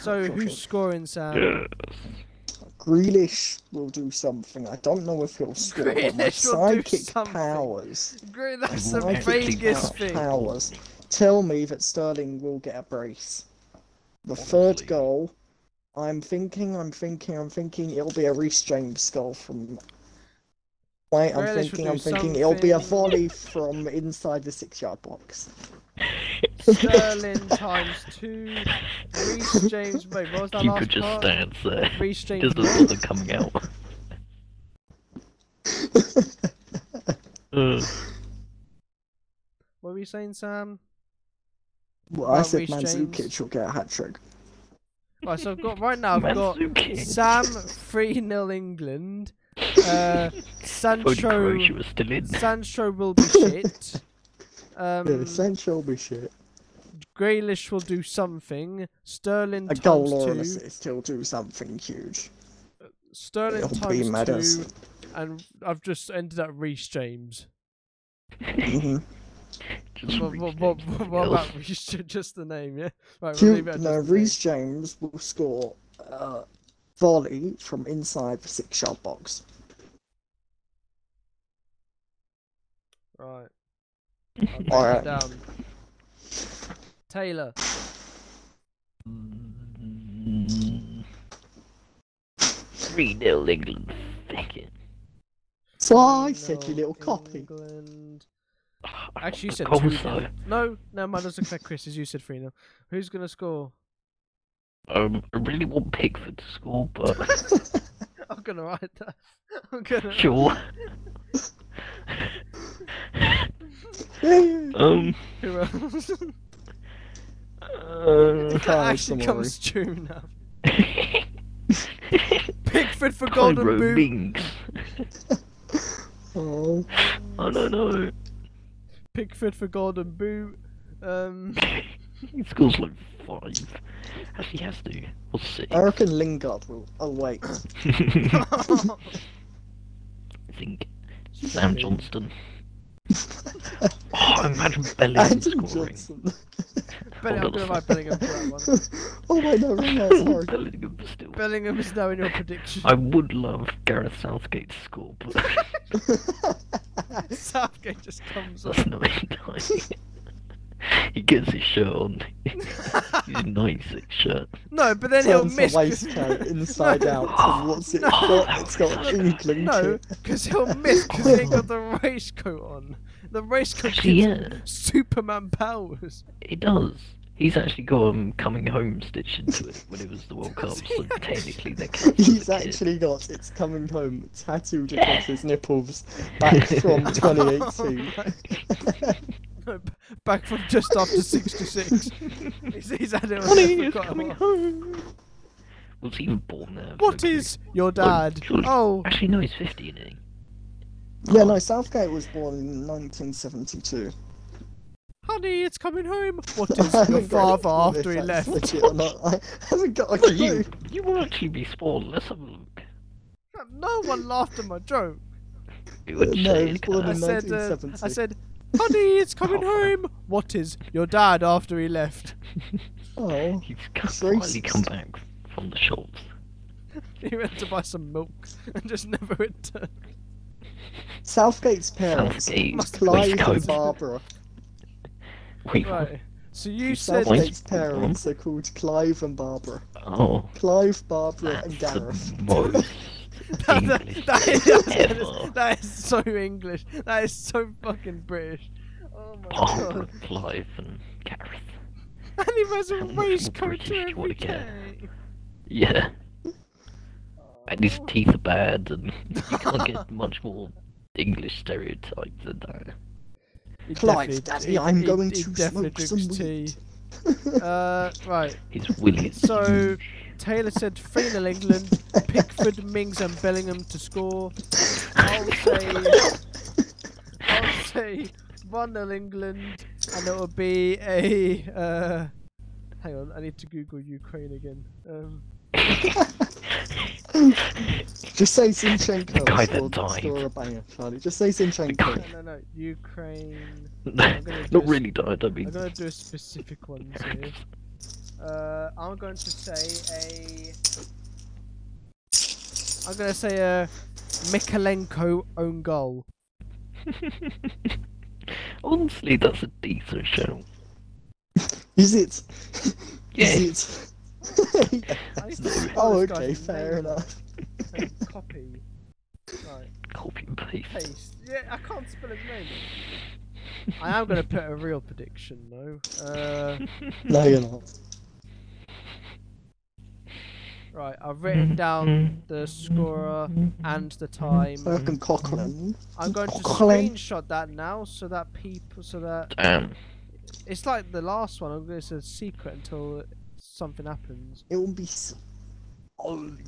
[SPEAKER 1] So who's scoring, Sam?
[SPEAKER 2] Yes.
[SPEAKER 3] Grealish will do something. I don't know if he'll score. but my
[SPEAKER 1] Grealish will do
[SPEAKER 3] psychic
[SPEAKER 1] something.
[SPEAKER 3] powers.
[SPEAKER 1] Great, that's
[SPEAKER 3] my
[SPEAKER 1] the
[SPEAKER 2] Magically
[SPEAKER 1] vaguest
[SPEAKER 2] powered
[SPEAKER 1] thing.
[SPEAKER 3] Powers. Tell me that Sterling will get a brace. The third
[SPEAKER 2] Honestly.
[SPEAKER 3] goal. I'm thinking. I'm thinking. I'm thinking. It'll be a Reece James goal from. Wait, I'm
[SPEAKER 1] Grealish will
[SPEAKER 3] thinking.
[SPEAKER 1] do
[SPEAKER 3] I'm thinking. It'll be a
[SPEAKER 1] something.
[SPEAKER 3] volley from inside the six-yard box.
[SPEAKER 1] Sterling times two. Reece James. Wait, what was that
[SPEAKER 2] Keeper
[SPEAKER 1] last
[SPEAKER 2] just
[SPEAKER 1] part?
[SPEAKER 2] stands there.
[SPEAKER 1] Reece
[SPEAKER 2] He
[SPEAKER 1] James.
[SPEAKER 2] doesn't bother coming out. Uh,
[SPEAKER 1] What were you saying, Sam?
[SPEAKER 3] Well, I
[SPEAKER 1] Right,
[SPEAKER 3] said
[SPEAKER 1] Reece
[SPEAKER 3] Mandzukic
[SPEAKER 1] James.
[SPEAKER 3] will get a hat trick.
[SPEAKER 1] Right, so I've got right now. I've got
[SPEAKER 2] Mandzukic.
[SPEAKER 1] Sam three 0 England. Uh,
[SPEAKER 2] Only
[SPEAKER 1] Sancho.
[SPEAKER 2] Croatia was still in.
[SPEAKER 1] Sancho will be shit. Um,
[SPEAKER 3] Yeah, Sancho will be shit.
[SPEAKER 1] Grealish will do something. Sterling
[SPEAKER 3] A
[SPEAKER 1] times
[SPEAKER 3] goal or an
[SPEAKER 1] two.
[SPEAKER 3] assist. He'll do something huge.
[SPEAKER 1] Sterling
[SPEAKER 3] It'll be
[SPEAKER 1] times
[SPEAKER 3] Madison.
[SPEAKER 1] two. And I've just ended up Reece James.
[SPEAKER 3] Mhm.
[SPEAKER 2] Just
[SPEAKER 1] What, what, what,
[SPEAKER 2] reached out to
[SPEAKER 1] what
[SPEAKER 2] the
[SPEAKER 1] about Reece? Ju- Just the name, yeah. Right, we'll
[SPEAKER 3] Hugh,
[SPEAKER 1] leave it at
[SPEAKER 3] no,
[SPEAKER 1] just the name.
[SPEAKER 3] Reece James will score a volley from inside the six yard box.
[SPEAKER 1] Right. I'll take
[SPEAKER 3] Alright.
[SPEAKER 1] it down. Taylor.
[SPEAKER 4] Hmm.
[SPEAKER 2] Three 0 England. Fuck it.
[SPEAKER 3] So I said, you
[SPEAKER 1] Nil,
[SPEAKER 3] little copy.
[SPEAKER 1] England.
[SPEAKER 2] Ah,
[SPEAKER 1] Actually, you
[SPEAKER 2] the
[SPEAKER 1] said
[SPEAKER 2] goal
[SPEAKER 1] two.
[SPEAKER 2] was
[SPEAKER 1] nil.
[SPEAKER 2] so-
[SPEAKER 1] No, no, mine doesn't affect Chris. As you said, three 0 Who's gonna score?
[SPEAKER 2] Um, I really want Pickford to score, but
[SPEAKER 1] I'm gonna write that. I'm gonna.
[SPEAKER 2] sure. Um,
[SPEAKER 1] Who else?
[SPEAKER 2] uh,
[SPEAKER 3] Carlos,
[SPEAKER 1] actually
[SPEAKER 3] don't
[SPEAKER 1] comes true now.
[SPEAKER 2] Tyro
[SPEAKER 1] Pickford for Golden Boot.
[SPEAKER 2] Minks.
[SPEAKER 3] oh,
[SPEAKER 2] I don't know.
[SPEAKER 1] Pickford for Golden Boot. Um,
[SPEAKER 2] He scores like five. As he has to. Or six.
[SPEAKER 3] I reckon Lingard will. Oh, wait.
[SPEAKER 2] I think. Sam Johnston. oh, imagine Bellingham
[SPEAKER 3] Adam
[SPEAKER 2] scoring.
[SPEAKER 3] Johnson.
[SPEAKER 1] Belling- I'm
[SPEAKER 2] Hold
[SPEAKER 1] gonna
[SPEAKER 2] on.
[SPEAKER 1] write Bellingham for that one.
[SPEAKER 3] oh, wait, no, Ringo, sorry.
[SPEAKER 2] Bellingham still.
[SPEAKER 1] Bellingham is now in your prediction.
[SPEAKER 2] I would love Gareth Southgate to score, but
[SPEAKER 1] Southgate just comes on.
[SPEAKER 2] that's not in time. He gets his shirt on. He's nice his shirt.
[SPEAKER 1] No, but then he'll
[SPEAKER 3] Turns the
[SPEAKER 1] miss.
[SPEAKER 3] waistcoat inside
[SPEAKER 1] no,
[SPEAKER 3] out and what's it
[SPEAKER 2] No.
[SPEAKER 3] got? It's got an inkling to
[SPEAKER 1] No,
[SPEAKER 3] it.
[SPEAKER 1] because he'll miss because he ain't got the racecoat on. The racecoat
[SPEAKER 2] Actually,
[SPEAKER 1] gives
[SPEAKER 2] yeah,
[SPEAKER 1] Superman powers.
[SPEAKER 2] he does. He's actually got um, coming home stitched into it when it was the World Cup,
[SPEAKER 1] Does he
[SPEAKER 2] so
[SPEAKER 1] actually?
[SPEAKER 2] technically they're counting
[SPEAKER 3] He's
[SPEAKER 2] the kid.
[SPEAKER 3] actually got It's Coming Home tattooed across his nipples back from 2018.
[SPEAKER 1] No, b- Back from just after 66. he's, he's had it on
[SPEAKER 2] Johnny
[SPEAKER 1] there
[SPEAKER 2] is
[SPEAKER 1] for quite a
[SPEAKER 2] coming
[SPEAKER 1] while.
[SPEAKER 2] home. Was he even born there?
[SPEAKER 1] What is your dad?
[SPEAKER 2] George-
[SPEAKER 1] Oh,
[SPEAKER 2] Actually, no, he's 50, isn't he?
[SPEAKER 3] Yeah, no, Southgate was born in 1972.
[SPEAKER 1] honey, it's coming home. What
[SPEAKER 3] I
[SPEAKER 1] is your
[SPEAKER 3] haven't got a
[SPEAKER 1] father
[SPEAKER 3] clue if
[SPEAKER 1] after he left?
[SPEAKER 3] that's Legit or not. I haven't got a
[SPEAKER 2] Well, you,
[SPEAKER 3] clue.
[SPEAKER 2] you will actually be spawned. Let's have a look.
[SPEAKER 1] No one laughed at my joke.
[SPEAKER 2] It would
[SPEAKER 3] Uh, No,
[SPEAKER 2] say
[SPEAKER 3] it was
[SPEAKER 2] it
[SPEAKER 3] born
[SPEAKER 1] I
[SPEAKER 2] kinda-
[SPEAKER 3] in
[SPEAKER 1] said, uh, I
[SPEAKER 3] 1970.
[SPEAKER 1] said, honey, it's coming
[SPEAKER 2] Oh.
[SPEAKER 1] home. What is your dad after he left?
[SPEAKER 3] Oh,
[SPEAKER 2] He's
[SPEAKER 3] It's
[SPEAKER 2] slightly
[SPEAKER 3] racist.
[SPEAKER 2] come back from the shops.
[SPEAKER 1] He went to buy some milk and just never returned.
[SPEAKER 3] Southgate's parents.
[SPEAKER 2] Southgate
[SPEAKER 1] Must
[SPEAKER 3] Clive and
[SPEAKER 2] waistcoat.
[SPEAKER 3] Barbara.
[SPEAKER 2] Wait,
[SPEAKER 1] Right. So you said
[SPEAKER 2] Wait.
[SPEAKER 3] Southgate's parents are called Clive and Barbara.
[SPEAKER 2] oh,
[SPEAKER 3] Clive, Barbara, and
[SPEAKER 2] that's
[SPEAKER 3] Gareth.
[SPEAKER 2] the most
[SPEAKER 1] that,
[SPEAKER 2] English
[SPEAKER 1] that, is, that,
[SPEAKER 2] ever.
[SPEAKER 1] is, that is so English. That is so fucking British. Oh my
[SPEAKER 2] Barbara,
[SPEAKER 1] god.
[SPEAKER 2] Clive, and Gareth.
[SPEAKER 1] And he wears a
[SPEAKER 2] How much more
[SPEAKER 1] waistcoat
[SPEAKER 2] British
[SPEAKER 1] to
[SPEAKER 2] do you
[SPEAKER 1] every
[SPEAKER 2] wanna
[SPEAKER 1] day.
[SPEAKER 2] get? Yeah, and his teeth are bad, and you can't get much more English stereotype than that.
[SPEAKER 1] He definitely-
[SPEAKER 3] Clive, Daddy,
[SPEAKER 1] he-
[SPEAKER 3] I'm
[SPEAKER 1] he-
[SPEAKER 3] going
[SPEAKER 1] he
[SPEAKER 3] to
[SPEAKER 1] definitely
[SPEAKER 3] smoke some
[SPEAKER 1] drinks
[SPEAKER 3] weed.
[SPEAKER 1] tea. uh, right.
[SPEAKER 2] His William.
[SPEAKER 1] So, Taylor said three nil England. Pickford, Mings, and Bellingham to score. I'll say, I'll say one nil England, and it will be a. Uh, hang on, I need to Google Ukraine again. Um,
[SPEAKER 3] Just say Zinchenko.
[SPEAKER 2] guy that
[SPEAKER 3] scored-
[SPEAKER 2] died.
[SPEAKER 3] scored a banger, Charlie. Just say
[SPEAKER 2] guy-
[SPEAKER 3] Zinchenko.
[SPEAKER 1] no, no, no, Ukraine. gonna
[SPEAKER 2] Not
[SPEAKER 1] just-
[SPEAKER 2] really died. I mean,
[SPEAKER 1] I'm gonna do a specific one here. Uh, I'm going to say a. I'm gonna say a Mikalenko own goal.
[SPEAKER 2] honestly, that's a decent show.
[SPEAKER 3] Is it? Is
[SPEAKER 2] Yes.
[SPEAKER 3] it?
[SPEAKER 1] I used to follow
[SPEAKER 3] Oh,
[SPEAKER 1] this guy's
[SPEAKER 3] okay,
[SPEAKER 1] name
[SPEAKER 3] fair
[SPEAKER 1] on
[SPEAKER 3] enough.
[SPEAKER 1] and Copy. Right,
[SPEAKER 2] Copy and paste.
[SPEAKER 1] paste. Yeah, I can't spell his name. I am gonna put a real prediction though. Uh,
[SPEAKER 3] No, you're not.
[SPEAKER 1] right, I've written down the scorer and the time.
[SPEAKER 3] Malcolm Cochran.
[SPEAKER 1] I'm going to
[SPEAKER 3] Colin.
[SPEAKER 1] screenshot that now so that people, so that
[SPEAKER 2] Damn.
[SPEAKER 1] It's like the last one. I'm gonna- It's a secret until something happens.
[SPEAKER 3] It will be so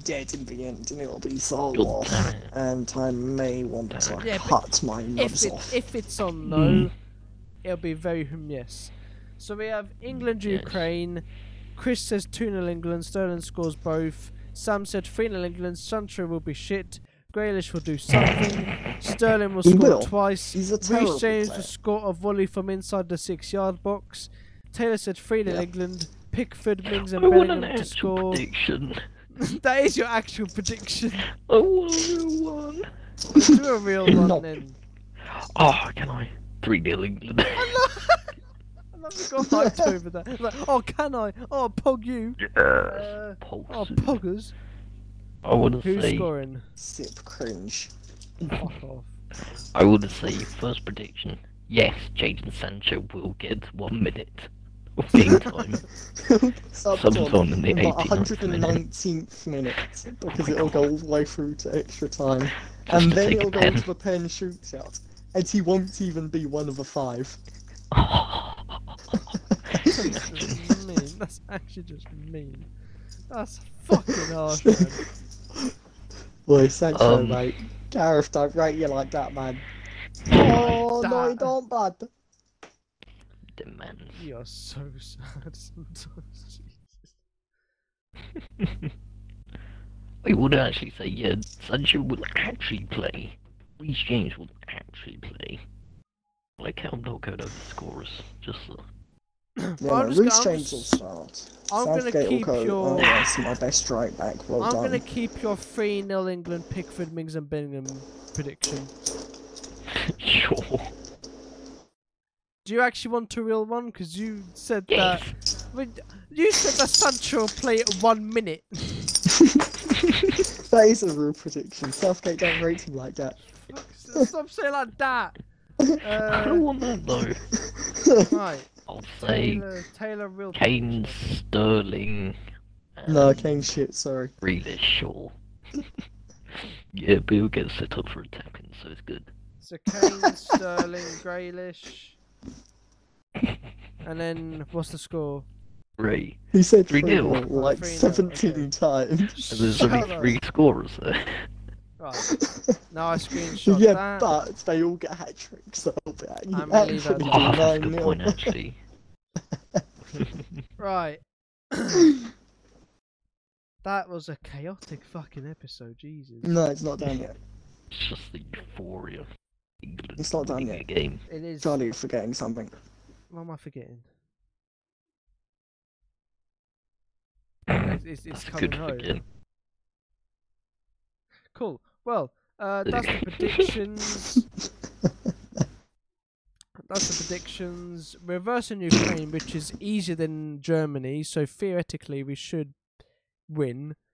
[SPEAKER 3] dead in the end, and it'll be so
[SPEAKER 2] God
[SPEAKER 3] off.
[SPEAKER 2] damn it.
[SPEAKER 3] And I may want to
[SPEAKER 1] Yeah, but
[SPEAKER 3] cut my
[SPEAKER 1] If
[SPEAKER 3] nubs
[SPEAKER 1] it,
[SPEAKER 3] off. Hmm.
[SPEAKER 1] if it's on low, it'll be very hmm yes. So we have England
[SPEAKER 2] Yes.
[SPEAKER 1] Ukraine. Chris says two 0 England. Sterling scores both. Sam said three 0 England. Sancho will be shit. Grealish will do something. Sterling will
[SPEAKER 3] He
[SPEAKER 1] score
[SPEAKER 3] will.
[SPEAKER 1] twice.
[SPEAKER 3] He's a terrible
[SPEAKER 1] Reece James
[SPEAKER 3] player.
[SPEAKER 1] will score a volley from inside the six-yard box. Taylor said three 0
[SPEAKER 3] Yeah.
[SPEAKER 1] England. Pickford, Mings,
[SPEAKER 2] I
[SPEAKER 1] and
[SPEAKER 2] want Oh, an
[SPEAKER 1] Bellingham to
[SPEAKER 2] actual
[SPEAKER 1] score.
[SPEAKER 2] prediction.
[SPEAKER 1] that is your actual prediction.
[SPEAKER 2] I want a real one.
[SPEAKER 1] Do a real one
[SPEAKER 3] No.
[SPEAKER 1] then.
[SPEAKER 2] Oh, can I? 3 0 England.
[SPEAKER 1] I love you got hyped over that. Like, oh, can I? Oh, pog you.
[SPEAKER 2] yes.
[SPEAKER 1] Uh,
[SPEAKER 2] Pulse.
[SPEAKER 1] oh, poggers.
[SPEAKER 2] I want to
[SPEAKER 1] Who's
[SPEAKER 2] say.
[SPEAKER 1] scoring?
[SPEAKER 3] Sip cringe.
[SPEAKER 1] Fuck off.
[SPEAKER 2] I want to say first prediction. Yes, Jadon Sancho will get one minute of game time. Sometime
[SPEAKER 3] Sometime
[SPEAKER 2] in the 18th minute. Oh
[SPEAKER 3] 119th minute because
[SPEAKER 2] my
[SPEAKER 3] it'll
[SPEAKER 2] God.
[SPEAKER 3] go all the way through to extra time,
[SPEAKER 2] Just
[SPEAKER 3] and
[SPEAKER 2] to
[SPEAKER 3] then
[SPEAKER 2] take a
[SPEAKER 3] it'll go
[SPEAKER 2] pen.
[SPEAKER 3] into a pen shootout, and he won't even be one of the five.
[SPEAKER 1] That's just mean. That's actually just mean. That's fucking harsh, man.
[SPEAKER 3] Well, Sancho,
[SPEAKER 2] Um.
[SPEAKER 3] mate. Gareth, don't rate you like that, man. Oh
[SPEAKER 1] Like
[SPEAKER 3] no, he
[SPEAKER 1] that.
[SPEAKER 3] don't, bud.
[SPEAKER 2] Demands.
[SPEAKER 1] You are so sad sometimes.
[SPEAKER 2] I would actually say, yeah, Sancho will actually play. Reece James will actually play. Like how I'm not going over the scorers. Just uh,
[SPEAKER 3] Yeah,
[SPEAKER 1] I'm
[SPEAKER 3] no,
[SPEAKER 1] just-
[SPEAKER 3] Reece
[SPEAKER 1] I'm
[SPEAKER 3] James will
[SPEAKER 1] just-
[SPEAKER 3] start.
[SPEAKER 1] I'm gonna
[SPEAKER 3] Southgate
[SPEAKER 1] keep
[SPEAKER 3] will go.
[SPEAKER 1] your-
[SPEAKER 3] Oh, yes, my best right back. Well
[SPEAKER 1] I'm
[SPEAKER 3] done.
[SPEAKER 1] gonna keep your 3 0 England Pickford, Mings, and Bellingham prediction.
[SPEAKER 2] sure.
[SPEAKER 1] Do you actually want a real one? Because you said
[SPEAKER 2] Yes.
[SPEAKER 1] that. Well, You said that Sancho will play it one minute.
[SPEAKER 3] That is a real prediction. Southgate don't rate him like that.
[SPEAKER 1] Stop saying like that.
[SPEAKER 2] I
[SPEAKER 1] Uh,
[SPEAKER 2] don't want that though.
[SPEAKER 1] right.
[SPEAKER 2] I'll say
[SPEAKER 1] Taylor, Taylor, real.
[SPEAKER 2] Kane, Sterling,
[SPEAKER 3] no,
[SPEAKER 2] and
[SPEAKER 3] Kane shit, sorry.
[SPEAKER 2] Grealish, Shaw. yeah, Bill gets set up for attacking, so it's good.
[SPEAKER 1] So Kane, Sterling, Graylish. And then what's the score?
[SPEAKER 2] Three.
[SPEAKER 3] He said
[SPEAKER 2] Three
[SPEAKER 3] 3
[SPEAKER 2] nil.
[SPEAKER 3] nil like
[SPEAKER 1] Three nil,
[SPEAKER 3] 17
[SPEAKER 1] okay.
[SPEAKER 3] times.
[SPEAKER 2] And there's
[SPEAKER 1] Shut
[SPEAKER 2] only
[SPEAKER 1] up.
[SPEAKER 2] three scorers there.
[SPEAKER 1] Right. Now I screenshot
[SPEAKER 3] yeah,
[SPEAKER 1] that.
[SPEAKER 3] but they all get hat tricks, so I'll be like, you
[SPEAKER 1] I'm really
[SPEAKER 3] actually
[SPEAKER 1] bad.
[SPEAKER 2] Oh,
[SPEAKER 3] do
[SPEAKER 2] that's
[SPEAKER 3] 9
[SPEAKER 2] a good
[SPEAKER 3] nil.
[SPEAKER 2] point, actually.
[SPEAKER 1] Right. that was a chaotic fucking episode, Jesus.
[SPEAKER 3] No, it's not done yet.
[SPEAKER 2] It's just the euphoria. of England
[SPEAKER 3] It's not done
[SPEAKER 2] winning a
[SPEAKER 3] yet.
[SPEAKER 2] Game.
[SPEAKER 1] It is.
[SPEAKER 3] Charlie is forgetting something.
[SPEAKER 1] What am I forgetting? It's, it's, it's
[SPEAKER 2] That's
[SPEAKER 1] coming
[SPEAKER 2] good for
[SPEAKER 1] home.
[SPEAKER 2] game.
[SPEAKER 1] Cool. Well, uh, that's the predictions. That's the predictions. We're versing Ukraine, which is easier than Germany, so theoretically we should win.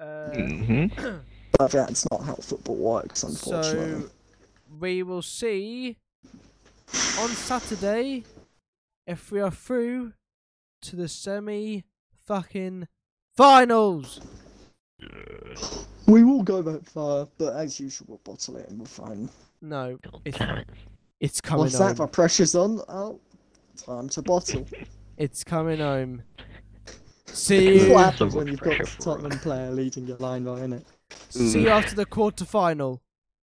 [SPEAKER 1] Uh,
[SPEAKER 2] hmm
[SPEAKER 3] But that's not how football works, unfortunately.
[SPEAKER 1] so we will see on Saturday if we are through to the semi fucking finals.
[SPEAKER 3] We will go that far, but as usual, we'll bottle it and we'll find.
[SPEAKER 1] No,
[SPEAKER 2] God
[SPEAKER 1] It's-
[SPEAKER 2] damn it.
[SPEAKER 1] it's coming
[SPEAKER 3] What's
[SPEAKER 1] home.
[SPEAKER 3] that? The pressure's on. Oh, time to bottle.
[SPEAKER 1] It's coming home. See you.
[SPEAKER 3] what
[SPEAKER 2] So
[SPEAKER 3] happens
[SPEAKER 2] much
[SPEAKER 3] when you've
[SPEAKER 2] pressure
[SPEAKER 3] got
[SPEAKER 2] for
[SPEAKER 3] Tottenham player leading your line, though, innit?
[SPEAKER 1] See you after the quarterfinal.